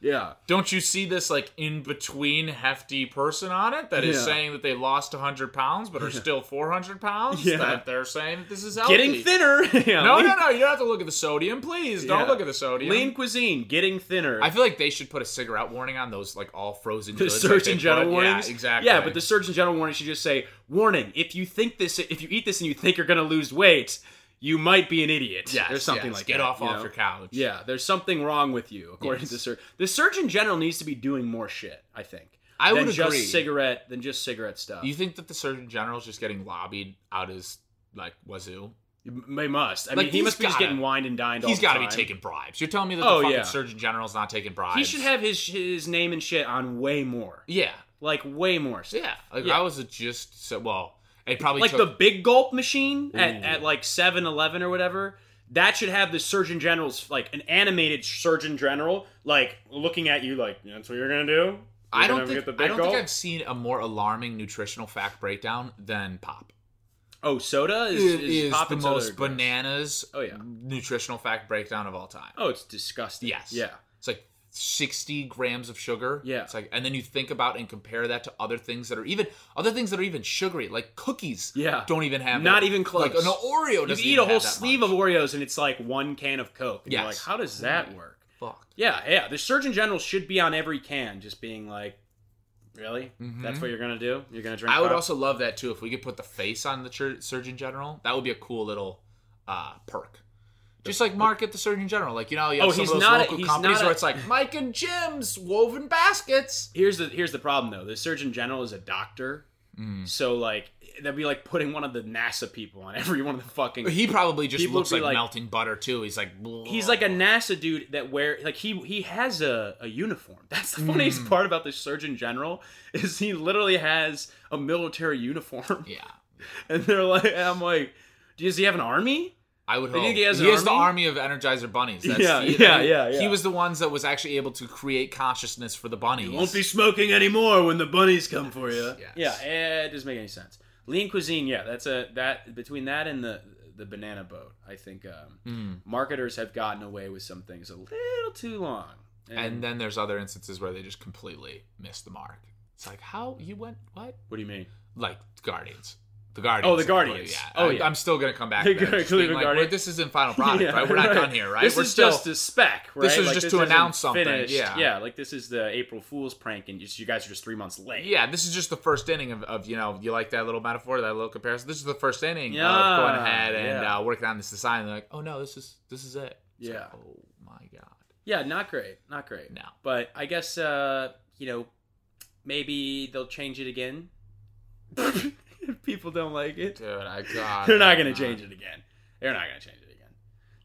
[SPEAKER 2] yeah.
[SPEAKER 1] Yeah.
[SPEAKER 2] Don't you see this like in between hefty person on it that is
[SPEAKER 1] Yeah.
[SPEAKER 2] saying that they lost 100 pounds but are still 400 pounds?
[SPEAKER 1] Yeah.
[SPEAKER 2] That they're saying that this is healthy.
[SPEAKER 1] Getting thinner. *laughs* yeah.
[SPEAKER 2] No,
[SPEAKER 1] lean,
[SPEAKER 2] no, no. You don't have to look at the sodium. Please don't
[SPEAKER 1] Yeah.
[SPEAKER 2] look at the sodium.
[SPEAKER 1] Lean cuisine, getting thinner.
[SPEAKER 2] I feel like they should put a cigarette warning on those, like all frozen
[SPEAKER 1] *laughs* the
[SPEAKER 2] goods. like, they
[SPEAKER 1] Surgeon
[SPEAKER 2] put-
[SPEAKER 1] General warnings.
[SPEAKER 2] Yeah, exactly.
[SPEAKER 1] Yeah, but the Surgeon General warning should just say, "Warning: If you think this, if you eat this and you think you're going to lose weight, you might be an idiot."
[SPEAKER 2] Yes,
[SPEAKER 1] there's something
[SPEAKER 2] yes,
[SPEAKER 1] like
[SPEAKER 2] get
[SPEAKER 1] that,
[SPEAKER 2] off
[SPEAKER 1] you
[SPEAKER 2] off
[SPEAKER 1] know?
[SPEAKER 2] your couch.
[SPEAKER 1] Yeah, there's something wrong with you, according
[SPEAKER 2] Yes.
[SPEAKER 1] to the surgeon. The Surgeon General needs to be doing more shit. I think.
[SPEAKER 2] I
[SPEAKER 1] than
[SPEAKER 2] would
[SPEAKER 1] just
[SPEAKER 2] agree.
[SPEAKER 1] cigarette than just cigarette stuff.
[SPEAKER 2] You think that the Surgeon General's just getting lobbied out his like wazoo?
[SPEAKER 1] M- They must. I
[SPEAKER 2] Like,
[SPEAKER 1] mean, he
[SPEAKER 2] he's
[SPEAKER 1] must be just
[SPEAKER 2] gotta-
[SPEAKER 1] getting wined and dined.
[SPEAKER 2] He's
[SPEAKER 1] got to
[SPEAKER 2] be taking bribes. You're telling me that
[SPEAKER 1] Oh,
[SPEAKER 2] the fucking
[SPEAKER 1] yeah.
[SPEAKER 2] Surgeon General's not taking bribes?
[SPEAKER 1] He should have his his name and shit on way more,
[SPEAKER 2] Yeah,
[SPEAKER 1] like way more. Stuff.
[SPEAKER 2] yeah. Like
[SPEAKER 1] Yeah.
[SPEAKER 2] I was just so well. It probably
[SPEAKER 1] like
[SPEAKER 2] took,
[SPEAKER 1] the big gulp machine at,
[SPEAKER 2] Ooh.
[SPEAKER 1] at like 7-Eleven or whatever. That should have the Surgeon General's like an animated Surgeon General like looking at you like that's what you're gonna do. You're
[SPEAKER 2] I don't
[SPEAKER 1] gonna
[SPEAKER 2] think
[SPEAKER 1] get the big
[SPEAKER 2] I don't
[SPEAKER 1] gulp?
[SPEAKER 2] think I've seen a more alarming nutritional fact breakdown than pop.
[SPEAKER 1] Oh, soda is,
[SPEAKER 2] It
[SPEAKER 1] is,
[SPEAKER 2] is
[SPEAKER 1] pop
[SPEAKER 2] the
[SPEAKER 1] and soda
[SPEAKER 2] most
[SPEAKER 1] are gross.
[SPEAKER 2] bananas.
[SPEAKER 1] Oh, yeah.
[SPEAKER 2] nutritional fact breakdown of all time.
[SPEAKER 1] Oh, it's disgusting.
[SPEAKER 2] Yes.
[SPEAKER 1] Yeah.
[SPEAKER 2] It's like 60 grams of sugar.
[SPEAKER 1] Yeah.
[SPEAKER 2] It's like, and then you think about and compare that to other things that are even other things that are even sugary, like cookies.
[SPEAKER 1] Yeah.
[SPEAKER 2] Don't even have
[SPEAKER 1] Not
[SPEAKER 2] it.
[SPEAKER 1] even close.
[SPEAKER 2] Like an Oreo.
[SPEAKER 1] You
[SPEAKER 2] doesn't
[SPEAKER 1] eat
[SPEAKER 2] even
[SPEAKER 1] a whole
[SPEAKER 2] have that
[SPEAKER 1] sleeve
[SPEAKER 2] much.
[SPEAKER 1] of Oreos and it's like one can of Coke. And you're
[SPEAKER 2] Yes. Mm-hmm.
[SPEAKER 1] like, how does that work?
[SPEAKER 2] Fuck.
[SPEAKER 1] Yeah, yeah. The Surgeon General should be on every can, just being like, Really? That's what you're gonna do? You're gonna drink
[SPEAKER 2] Mm-hmm. I would
[SPEAKER 1] pop?
[SPEAKER 2] also love that too if we could put the face on the chur- Surgeon General. That would be a cool little uh, perk. Just like Mark at the Surgeon General, like you know, you have
[SPEAKER 1] Oh,
[SPEAKER 2] some
[SPEAKER 1] he's
[SPEAKER 2] of those
[SPEAKER 1] not a-
[SPEAKER 2] local
[SPEAKER 1] he's
[SPEAKER 2] companies
[SPEAKER 1] not a-
[SPEAKER 2] where it's like Mike and Jim's woven baskets.
[SPEAKER 1] Here's the here's the problem though. The Surgeon General is a doctor,
[SPEAKER 2] Mm.
[SPEAKER 1] so like that'd be like putting one of the NASA people on every one of the fucking.
[SPEAKER 2] He probably just
[SPEAKER 1] People
[SPEAKER 2] looks
[SPEAKER 1] be
[SPEAKER 2] like,
[SPEAKER 1] like-
[SPEAKER 2] melting butter too. He's like
[SPEAKER 1] He's like a NASA dude that wear like he he has a, a uniform. *laughs* That's
[SPEAKER 2] Hmm.
[SPEAKER 1] the funniest part about the Surgeon General is he literally has a military uniform,
[SPEAKER 2] yeah.
[SPEAKER 1] *laughs* and they're like, and I'm like, does he have an army?
[SPEAKER 2] I would
[SPEAKER 1] You
[SPEAKER 2] hope.
[SPEAKER 1] think he
[SPEAKER 2] he
[SPEAKER 1] has
[SPEAKER 2] has,
[SPEAKER 1] an
[SPEAKER 2] the
[SPEAKER 1] army?
[SPEAKER 2] army of Energizer
[SPEAKER 1] *laughs*
[SPEAKER 2] bunnies. That's,
[SPEAKER 1] Yeah,
[SPEAKER 2] he,
[SPEAKER 1] yeah,
[SPEAKER 2] he-
[SPEAKER 1] yeah, yeah.
[SPEAKER 2] He was the ones that was actually able to create consciousness for the bunnies.
[SPEAKER 1] Won't be smoking anymore when the bunnies come for you.
[SPEAKER 2] Yes.
[SPEAKER 1] Yeah, eh, it doesn't make any sense. Lean cuisine, yeah, that's a that between that and the the banana boat, I think um,
[SPEAKER 2] Hmm.
[SPEAKER 1] marketers have gotten away with some things a little too long.
[SPEAKER 2] and then there's other instances where they just completely missed the mark. It's like how you went what?
[SPEAKER 1] what do you mean?
[SPEAKER 2] Like Guardians. The Guardians.
[SPEAKER 1] Oh, the Guardians.
[SPEAKER 2] Yeah.
[SPEAKER 1] Oh,
[SPEAKER 2] I,
[SPEAKER 1] yeah.
[SPEAKER 2] I'm still gonna come back.
[SPEAKER 1] The
[SPEAKER 2] to that. Just
[SPEAKER 1] Cleveland
[SPEAKER 2] being like,
[SPEAKER 1] Guardians.
[SPEAKER 2] we're- This isn't final
[SPEAKER 1] *laughs*
[SPEAKER 2] product,
[SPEAKER 1] Yeah,
[SPEAKER 2] right? We're not done here, right?
[SPEAKER 1] This
[SPEAKER 2] we're
[SPEAKER 1] is
[SPEAKER 2] still
[SPEAKER 1] just a spec, right?
[SPEAKER 2] This is just to
[SPEAKER 1] isn't
[SPEAKER 2] announce something, yeah.
[SPEAKER 1] yeah, like this is the April Fool's prank, and you, you guys are just three months late.
[SPEAKER 2] yeah, this is just the first inning of, of you know you like that little metaphor, that little comparison. This is the first inning
[SPEAKER 1] Yeah,
[SPEAKER 2] of going ahead and
[SPEAKER 1] yeah.
[SPEAKER 2] uh, working on this design. they're like, oh no, this is this is it. It's
[SPEAKER 1] Yeah.
[SPEAKER 2] like, oh my god.
[SPEAKER 1] Yeah, not great, not great.
[SPEAKER 2] No.
[SPEAKER 1] But I guess uh, you know, maybe they'll change it
[SPEAKER 2] *laughs*
[SPEAKER 1] again. if people don't like it.
[SPEAKER 2] Dude,
[SPEAKER 1] *laughs*
[SPEAKER 2] I got.
[SPEAKER 1] They're not gonna change it again. They're not gonna change it again.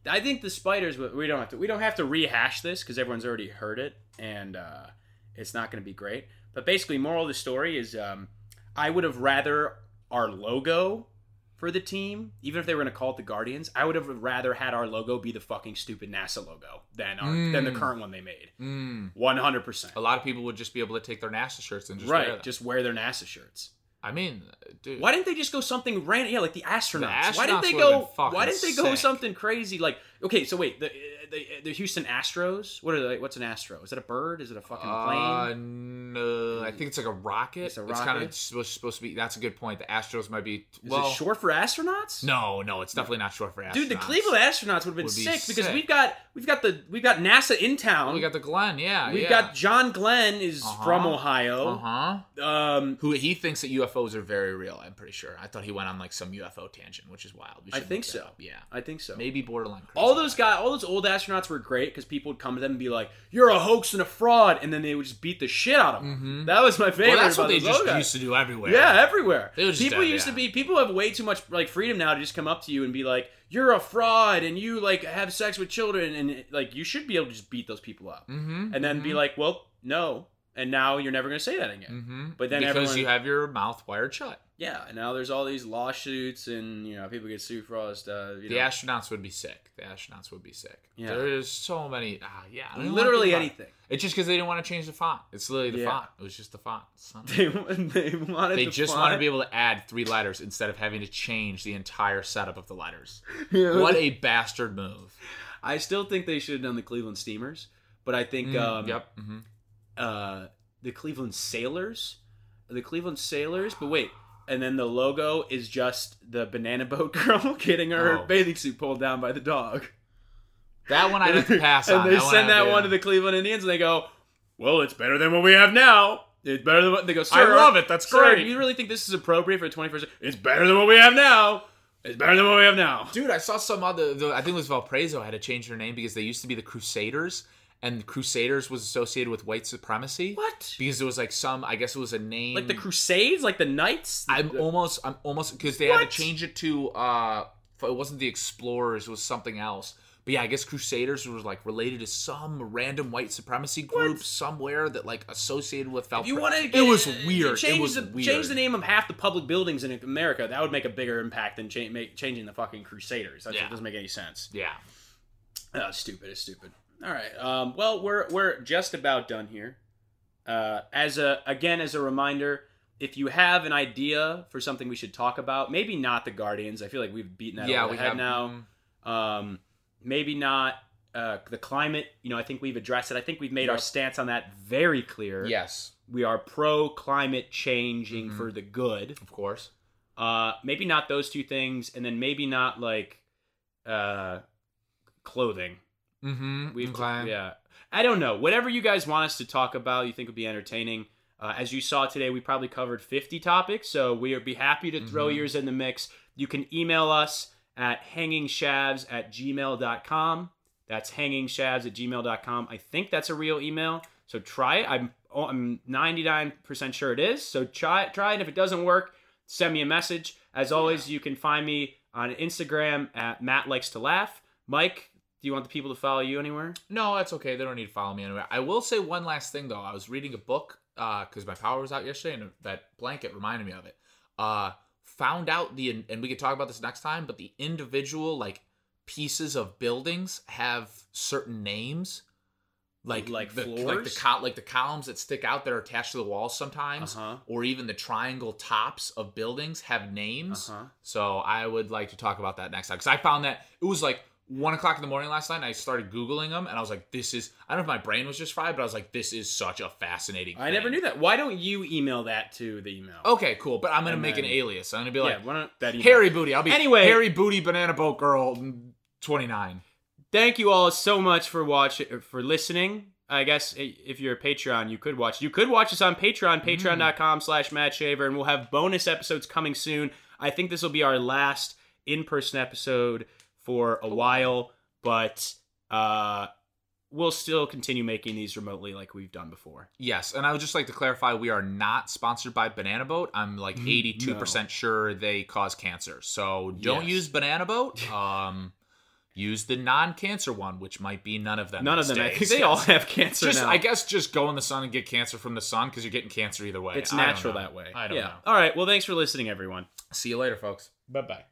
[SPEAKER 1] I think the spiders. We don't have to. We don't have to rehash this because everyone's already heard it, and uh, it's not gonna be great. But basically, moral of the story is, um, I would have rather our logo for the team, even if they were gonna call it the Guardians. I would have rather had our logo be the fucking stupid NASA logo than our, than the
[SPEAKER 2] Mm.
[SPEAKER 1] current one they made.
[SPEAKER 2] Mm.
[SPEAKER 1] One hundred percent.
[SPEAKER 2] A lot of people would just be able to take their NASA shirts and just
[SPEAKER 1] Right.
[SPEAKER 2] Wear them.
[SPEAKER 1] Just wear their NASA shirts.
[SPEAKER 2] I mean, dude.
[SPEAKER 1] Why didn't they just go something random? Yeah, like the astronauts.
[SPEAKER 2] The
[SPEAKER 1] why didn't they
[SPEAKER 2] astronauts would've
[SPEAKER 1] go?
[SPEAKER 2] been fucking
[SPEAKER 1] Why didn't they go
[SPEAKER 2] sick.
[SPEAKER 1] something crazy? Like okay, so wait, the, the the Houston Astros. What are they? What's an astro? Is it a bird? Is it a fucking
[SPEAKER 2] Uh,
[SPEAKER 1] plane?
[SPEAKER 2] no, I think it's like a rocket.
[SPEAKER 1] It's a
[SPEAKER 2] kind
[SPEAKER 1] rocket?
[SPEAKER 2] of supposed, supposed to be. That's a good point. The Astros might be.
[SPEAKER 1] Is
[SPEAKER 2] well,
[SPEAKER 1] it short for astronauts?
[SPEAKER 2] No, no, it's definitely not short for astronauts.
[SPEAKER 1] dude, the Cleveland astronauts would have been
[SPEAKER 2] Would be
[SPEAKER 1] sick, because
[SPEAKER 2] sick.
[SPEAKER 1] we've got we've got the we've got NASA in town.
[SPEAKER 2] We got the Glenn. Yeah,
[SPEAKER 1] We've got John Glenn is
[SPEAKER 2] Uh-huh.
[SPEAKER 1] from Ohio.
[SPEAKER 2] Uh huh.
[SPEAKER 1] Um,
[SPEAKER 2] Who he thinks that UFOs are very real. I'm pretty sure. I thought he went on like some UFO tangent, which is wild. We
[SPEAKER 1] I
[SPEAKER 2] should
[SPEAKER 1] think
[SPEAKER 2] look that
[SPEAKER 1] so.
[SPEAKER 2] up. Yeah,
[SPEAKER 1] I think so.
[SPEAKER 2] maybe borderline. Crazy
[SPEAKER 1] all those guys, all those old astronauts were great because people would come to them and be like, "You're a hoax and a fraud," and then they would just beat the shit out of them. That was my favorite.
[SPEAKER 2] Mm-hmm. Well, that's what
[SPEAKER 1] about
[SPEAKER 2] they
[SPEAKER 1] those
[SPEAKER 2] just
[SPEAKER 1] old guys.
[SPEAKER 2] used to do everywhere.
[SPEAKER 1] Yeah, everywhere.
[SPEAKER 2] They were just
[SPEAKER 1] people
[SPEAKER 2] dead,
[SPEAKER 1] used
[SPEAKER 2] yeah.
[SPEAKER 1] to be people have way too much like freedom now to just come up to you and be like, "You're a fraud and you like have sex with children and like you should be able to just beat those people up."
[SPEAKER 2] Mm-hmm.
[SPEAKER 1] And then be like, "Well, no." And now you're never going to say that again.
[SPEAKER 2] Mm-hmm.
[SPEAKER 1] But then
[SPEAKER 2] because
[SPEAKER 1] everyone-
[SPEAKER 2] you have your mouth wired shut,
[SPEAKER 1] Yeah, and now there's all these lawsuits and you know, people get sued for all this stuff, you
[SPEAKER 2] the
[SPEAKER 1] know.
[SPEAKER 2] astronauts would be sick. The astronauts would be sick.
[SPEAKER 1] Yeah.
[SPEAKER 2] There's so many. Ah, yeah. I don't wanna
[SPEAKER 1] literally
[SPEAKER 2] think about it.
[SPEAKER 1] anything. *laughs*
[SPEAKER 2] It's just because they didn't want to change the font. It's literally the
[SPEAKER 1] Yeah.
[SPEAKER 2] font. It was just the font.
[SPEAKER 1] *laughs*
[SPEAKER 2] Son of a-
[SPEAKER 1] They, they wanted
[SPEAKER 2] They
[SPEAKER 1] to
[SPEAKER 2] just
[SPEAKER 1] fly.
[SPEAKER 2] want to
[SPEAKER 1] *laughs*
[SPEAKER 2] be able to add three letters instead of having to change the entire setup of
[SPEAKER 1] *laughs*
[SPEAKER 2] the letters.
[SPEAKER 1] Yeah.
[SPEAKER 2] What a bastard move.
[SPEAKER 1] I still think they should have done the Cleveland Steamers, but I think um,
[SPEAKER 2] yep. hmm
[SPEAKER 1] uh, the Cleveland Sailors, the Cleveland Sailors. But wait, and then the logo is just the banana boat *laughs* girl getting her
[SPEAKER 2] Oh.
[SPEAKER 1] bathing suit pulled down by the dog.
[SPEAKER 2] That one I
[SPEAKER 1] *laughs*
[SPEAKER 2] have to pass
[SPEAKER 1] and
[SPEAKER 2] on.
[SPEAKER 1] they
[SPEAKER 2] one
[SPEAKER 1] send
[SPEAKER 2] I-
[SPEAKER 1] that
[SPEAKER 2] yeah.
[SPEAKER 1] one to the Cleveland Indians, and they go, "Well, it's better than what we have now. It's better than what they go."
[SPEAKER 2] I
[SPEAKER 1] Sir,
[SPEAKER 2] love it. That's
[SPEAKER 1] Sir,
[SPEAKER 2] great.
[SPEAKER 1] do you really think this is appropriate for the 21st? century?" It's better than what we have now. It's better than what we have now.
[SPEAKER 2] Dude, I saw some other. The, I think it was Valparaiso had to change their name because they used to be the Crusaders, and Crusaders was associated with white supremacy.
[SPEAKER 1] What?
[SPEAKER 2] Because it was like some. I guess it was a name
[SPEAKER 1] Like the Crusades, like the Knights.
[SPEAKER 2] I'm almost. I'm almost because they had
[SPEAKER 1] What?
[SPEAKER 2] to change it to. uh It wasn't the Explorers. It was something else. But yeah, I guess Crusaders was like related to some random white supremacy group somewhere that like associated with Valparaiso.
[SPEAKER 1] If you want to,
[SPEAKER 2] it was weird.
[SPEAKER 1] Change
[SPEAKER 2] it was
[SPEAKER 1] the,
[SPEAKER 2] weird.
[SPEAKER 1] Change the name of half the public buildings in America. That would make a bigger impact than cha- make, changing the fucking Crusaders. That
[SPEAKER 2] Yeah.
[SPEAKER 1] doesn't make any sense.
[SPEAKER 2] Yeah.
[SPEAKER 1] Oh, it's stupid. It's stupid. All right. Um, well, we're we're just about done here. Uh, as a again as a reminder, if you have an idea for something we should talk about, maybe not the Guardians. I feel like we've beaten that
[SPEAKER 2] yeah.
[SPEAKER 1] over
[SPEAKER 2] We
[SPEAKER 1] the head
[SPEAKER 2] have
[SPEAKER 1] now. Um, maybe not uh, the climate. You know, I think we've addressed it. I think we've made our
[SPEAKER 2] Yep.
[SPEAKER 1] stance on that very clear
[SPEAKER 2] Yes,
[SPEAKER 1] we are pro climate changing
[SPEAKER 2] Mhm.
[SPEAKER 1] for the good.
[SPEAKER 2] of course.
[SPEAKER 1] Uh, maybe not those two things, and then maybe not like uh, clothing.
[SPEAKER 2] Mm-hmm.
[SPEAKER 1] We've yeah. I don't know. Whatever you guys want us to talk about, you think would be entertaining. Uh, as you saw today, we probably covered 50 topics, so we would be happy to throw
[SPEAKER 2] Mhm.
[SPEAKER 1] yours in the mix. You can email us at hangingshavs at gmail.com. That's hangingshavs at gmail.com. I think that's a real email, so try it. I'm, oh, I'm 99% sure it is, so try, try it. If it doesn't work, send me a message. As always, you can find me on Instagram at Matt Likes to Laugh. Mike, do you want the people to follow you anywhere?
[SPEAKER 2] No, that's okay. They don't need to follow me anywhere. I will say one last thing though. I was reading a book because my power was out yesterday, and that blanket reminded me of it. Uh, found out the and we could talk about this next time, but the individual like pieces of buildings have certain names, like
[SPEAKER 1] Like
[SPEAKER 2] the, like the
[SPEAKER 1] floors?
[SPEAKER 2] col- like the columns that stick out that are attached to the walls sometimes,
[SPEAKER 1] Uh-huh.
[SPEAKER 2] or even the triangle tops of buildings have names.
[SPEAKER 1] Uh-huh.
[SPEAKER 2] So I would like to talk about that next time because I found that it was like one o'clock in the morning last night. And I started googling them, and I was like, "This is." I don't know if my brain was just fried, but I was like, "This is such a fascinating."
[SPEAKER 1] I never knew that. Why don't you email that to the email?
[SPEAKER 2] Okay, cool. But I'm gonna
[SPEAKER 1] And
[SPEAKER 2] make an
[SPEAKER 1] then-
[SPEAKER 2] alias. I'm gonna be
[SPEAKER 1] Oh, yeah.
[SPEAKER 2] like
[SPEAKER 1] why not that email?
[SPEAKER 2] Harry Booty. I'll be
[SPEAKER 1] Anyway-
[SPEAKER 2] Harry Booty Banana Boat Girl, twenty nine.
[SPEAKER 1] Thank you all so much for watching, for listening. I guess i- if you're a Patreon, you could watch. You could watch us on
[SPEAKER 2] Mm.
[SPEAKER 1] Patreon, patreon.com slash Matt Shaver, and we'll have bonus episodes coming soon. I think this will be our last in-person episode for
[SPEAKER 2] Oh.
[SPEAKER 1] a while, but uh, we'll still continue making these remotely like we've done before.
[SPEAKER 2] Yes, and I would just like to clarify: we are not sponsored by Banana Boat. I'm like
[SPEAKER 1] Mhm,
[SPEAKER 2] eighty two percent sure they cause cancer, so don't
[SPEAKER 1] Yes.
[SPEAKER 2] use Banana Boat. Um, use the non cancer one, which might be none of them.
[SPEAKER 1] None of
[SPEAKER 2] these
[SPEAKER 1] them. I
[SPEAKER 2] days.
[SPEAKER 1] think they
[SPEAKER 2] Yes.
[SPEAKER 1] all have cancer
[SPEAKER 2] just
[SPEAKER 1] now.
[SPEAKER 2] I guess just go in the sun and get cancer from the sun because you're getting cancer either way.
[SPEAKER 1] it's
[SPEAKER 2] I don't
[SPEAKER 1] natural
[SPEAKER 2] know.
[SPEAKER 1] that way.
[SPEAKER 2] I don't
[SPEAKER 1] yeah.
[SPEAKER 2] know.
[SPEAKER 1] All right. Well, thanks for listening, everyone.
[SPEAKER 2] See you later, folks.
[SPEAKER 1] Bye bye.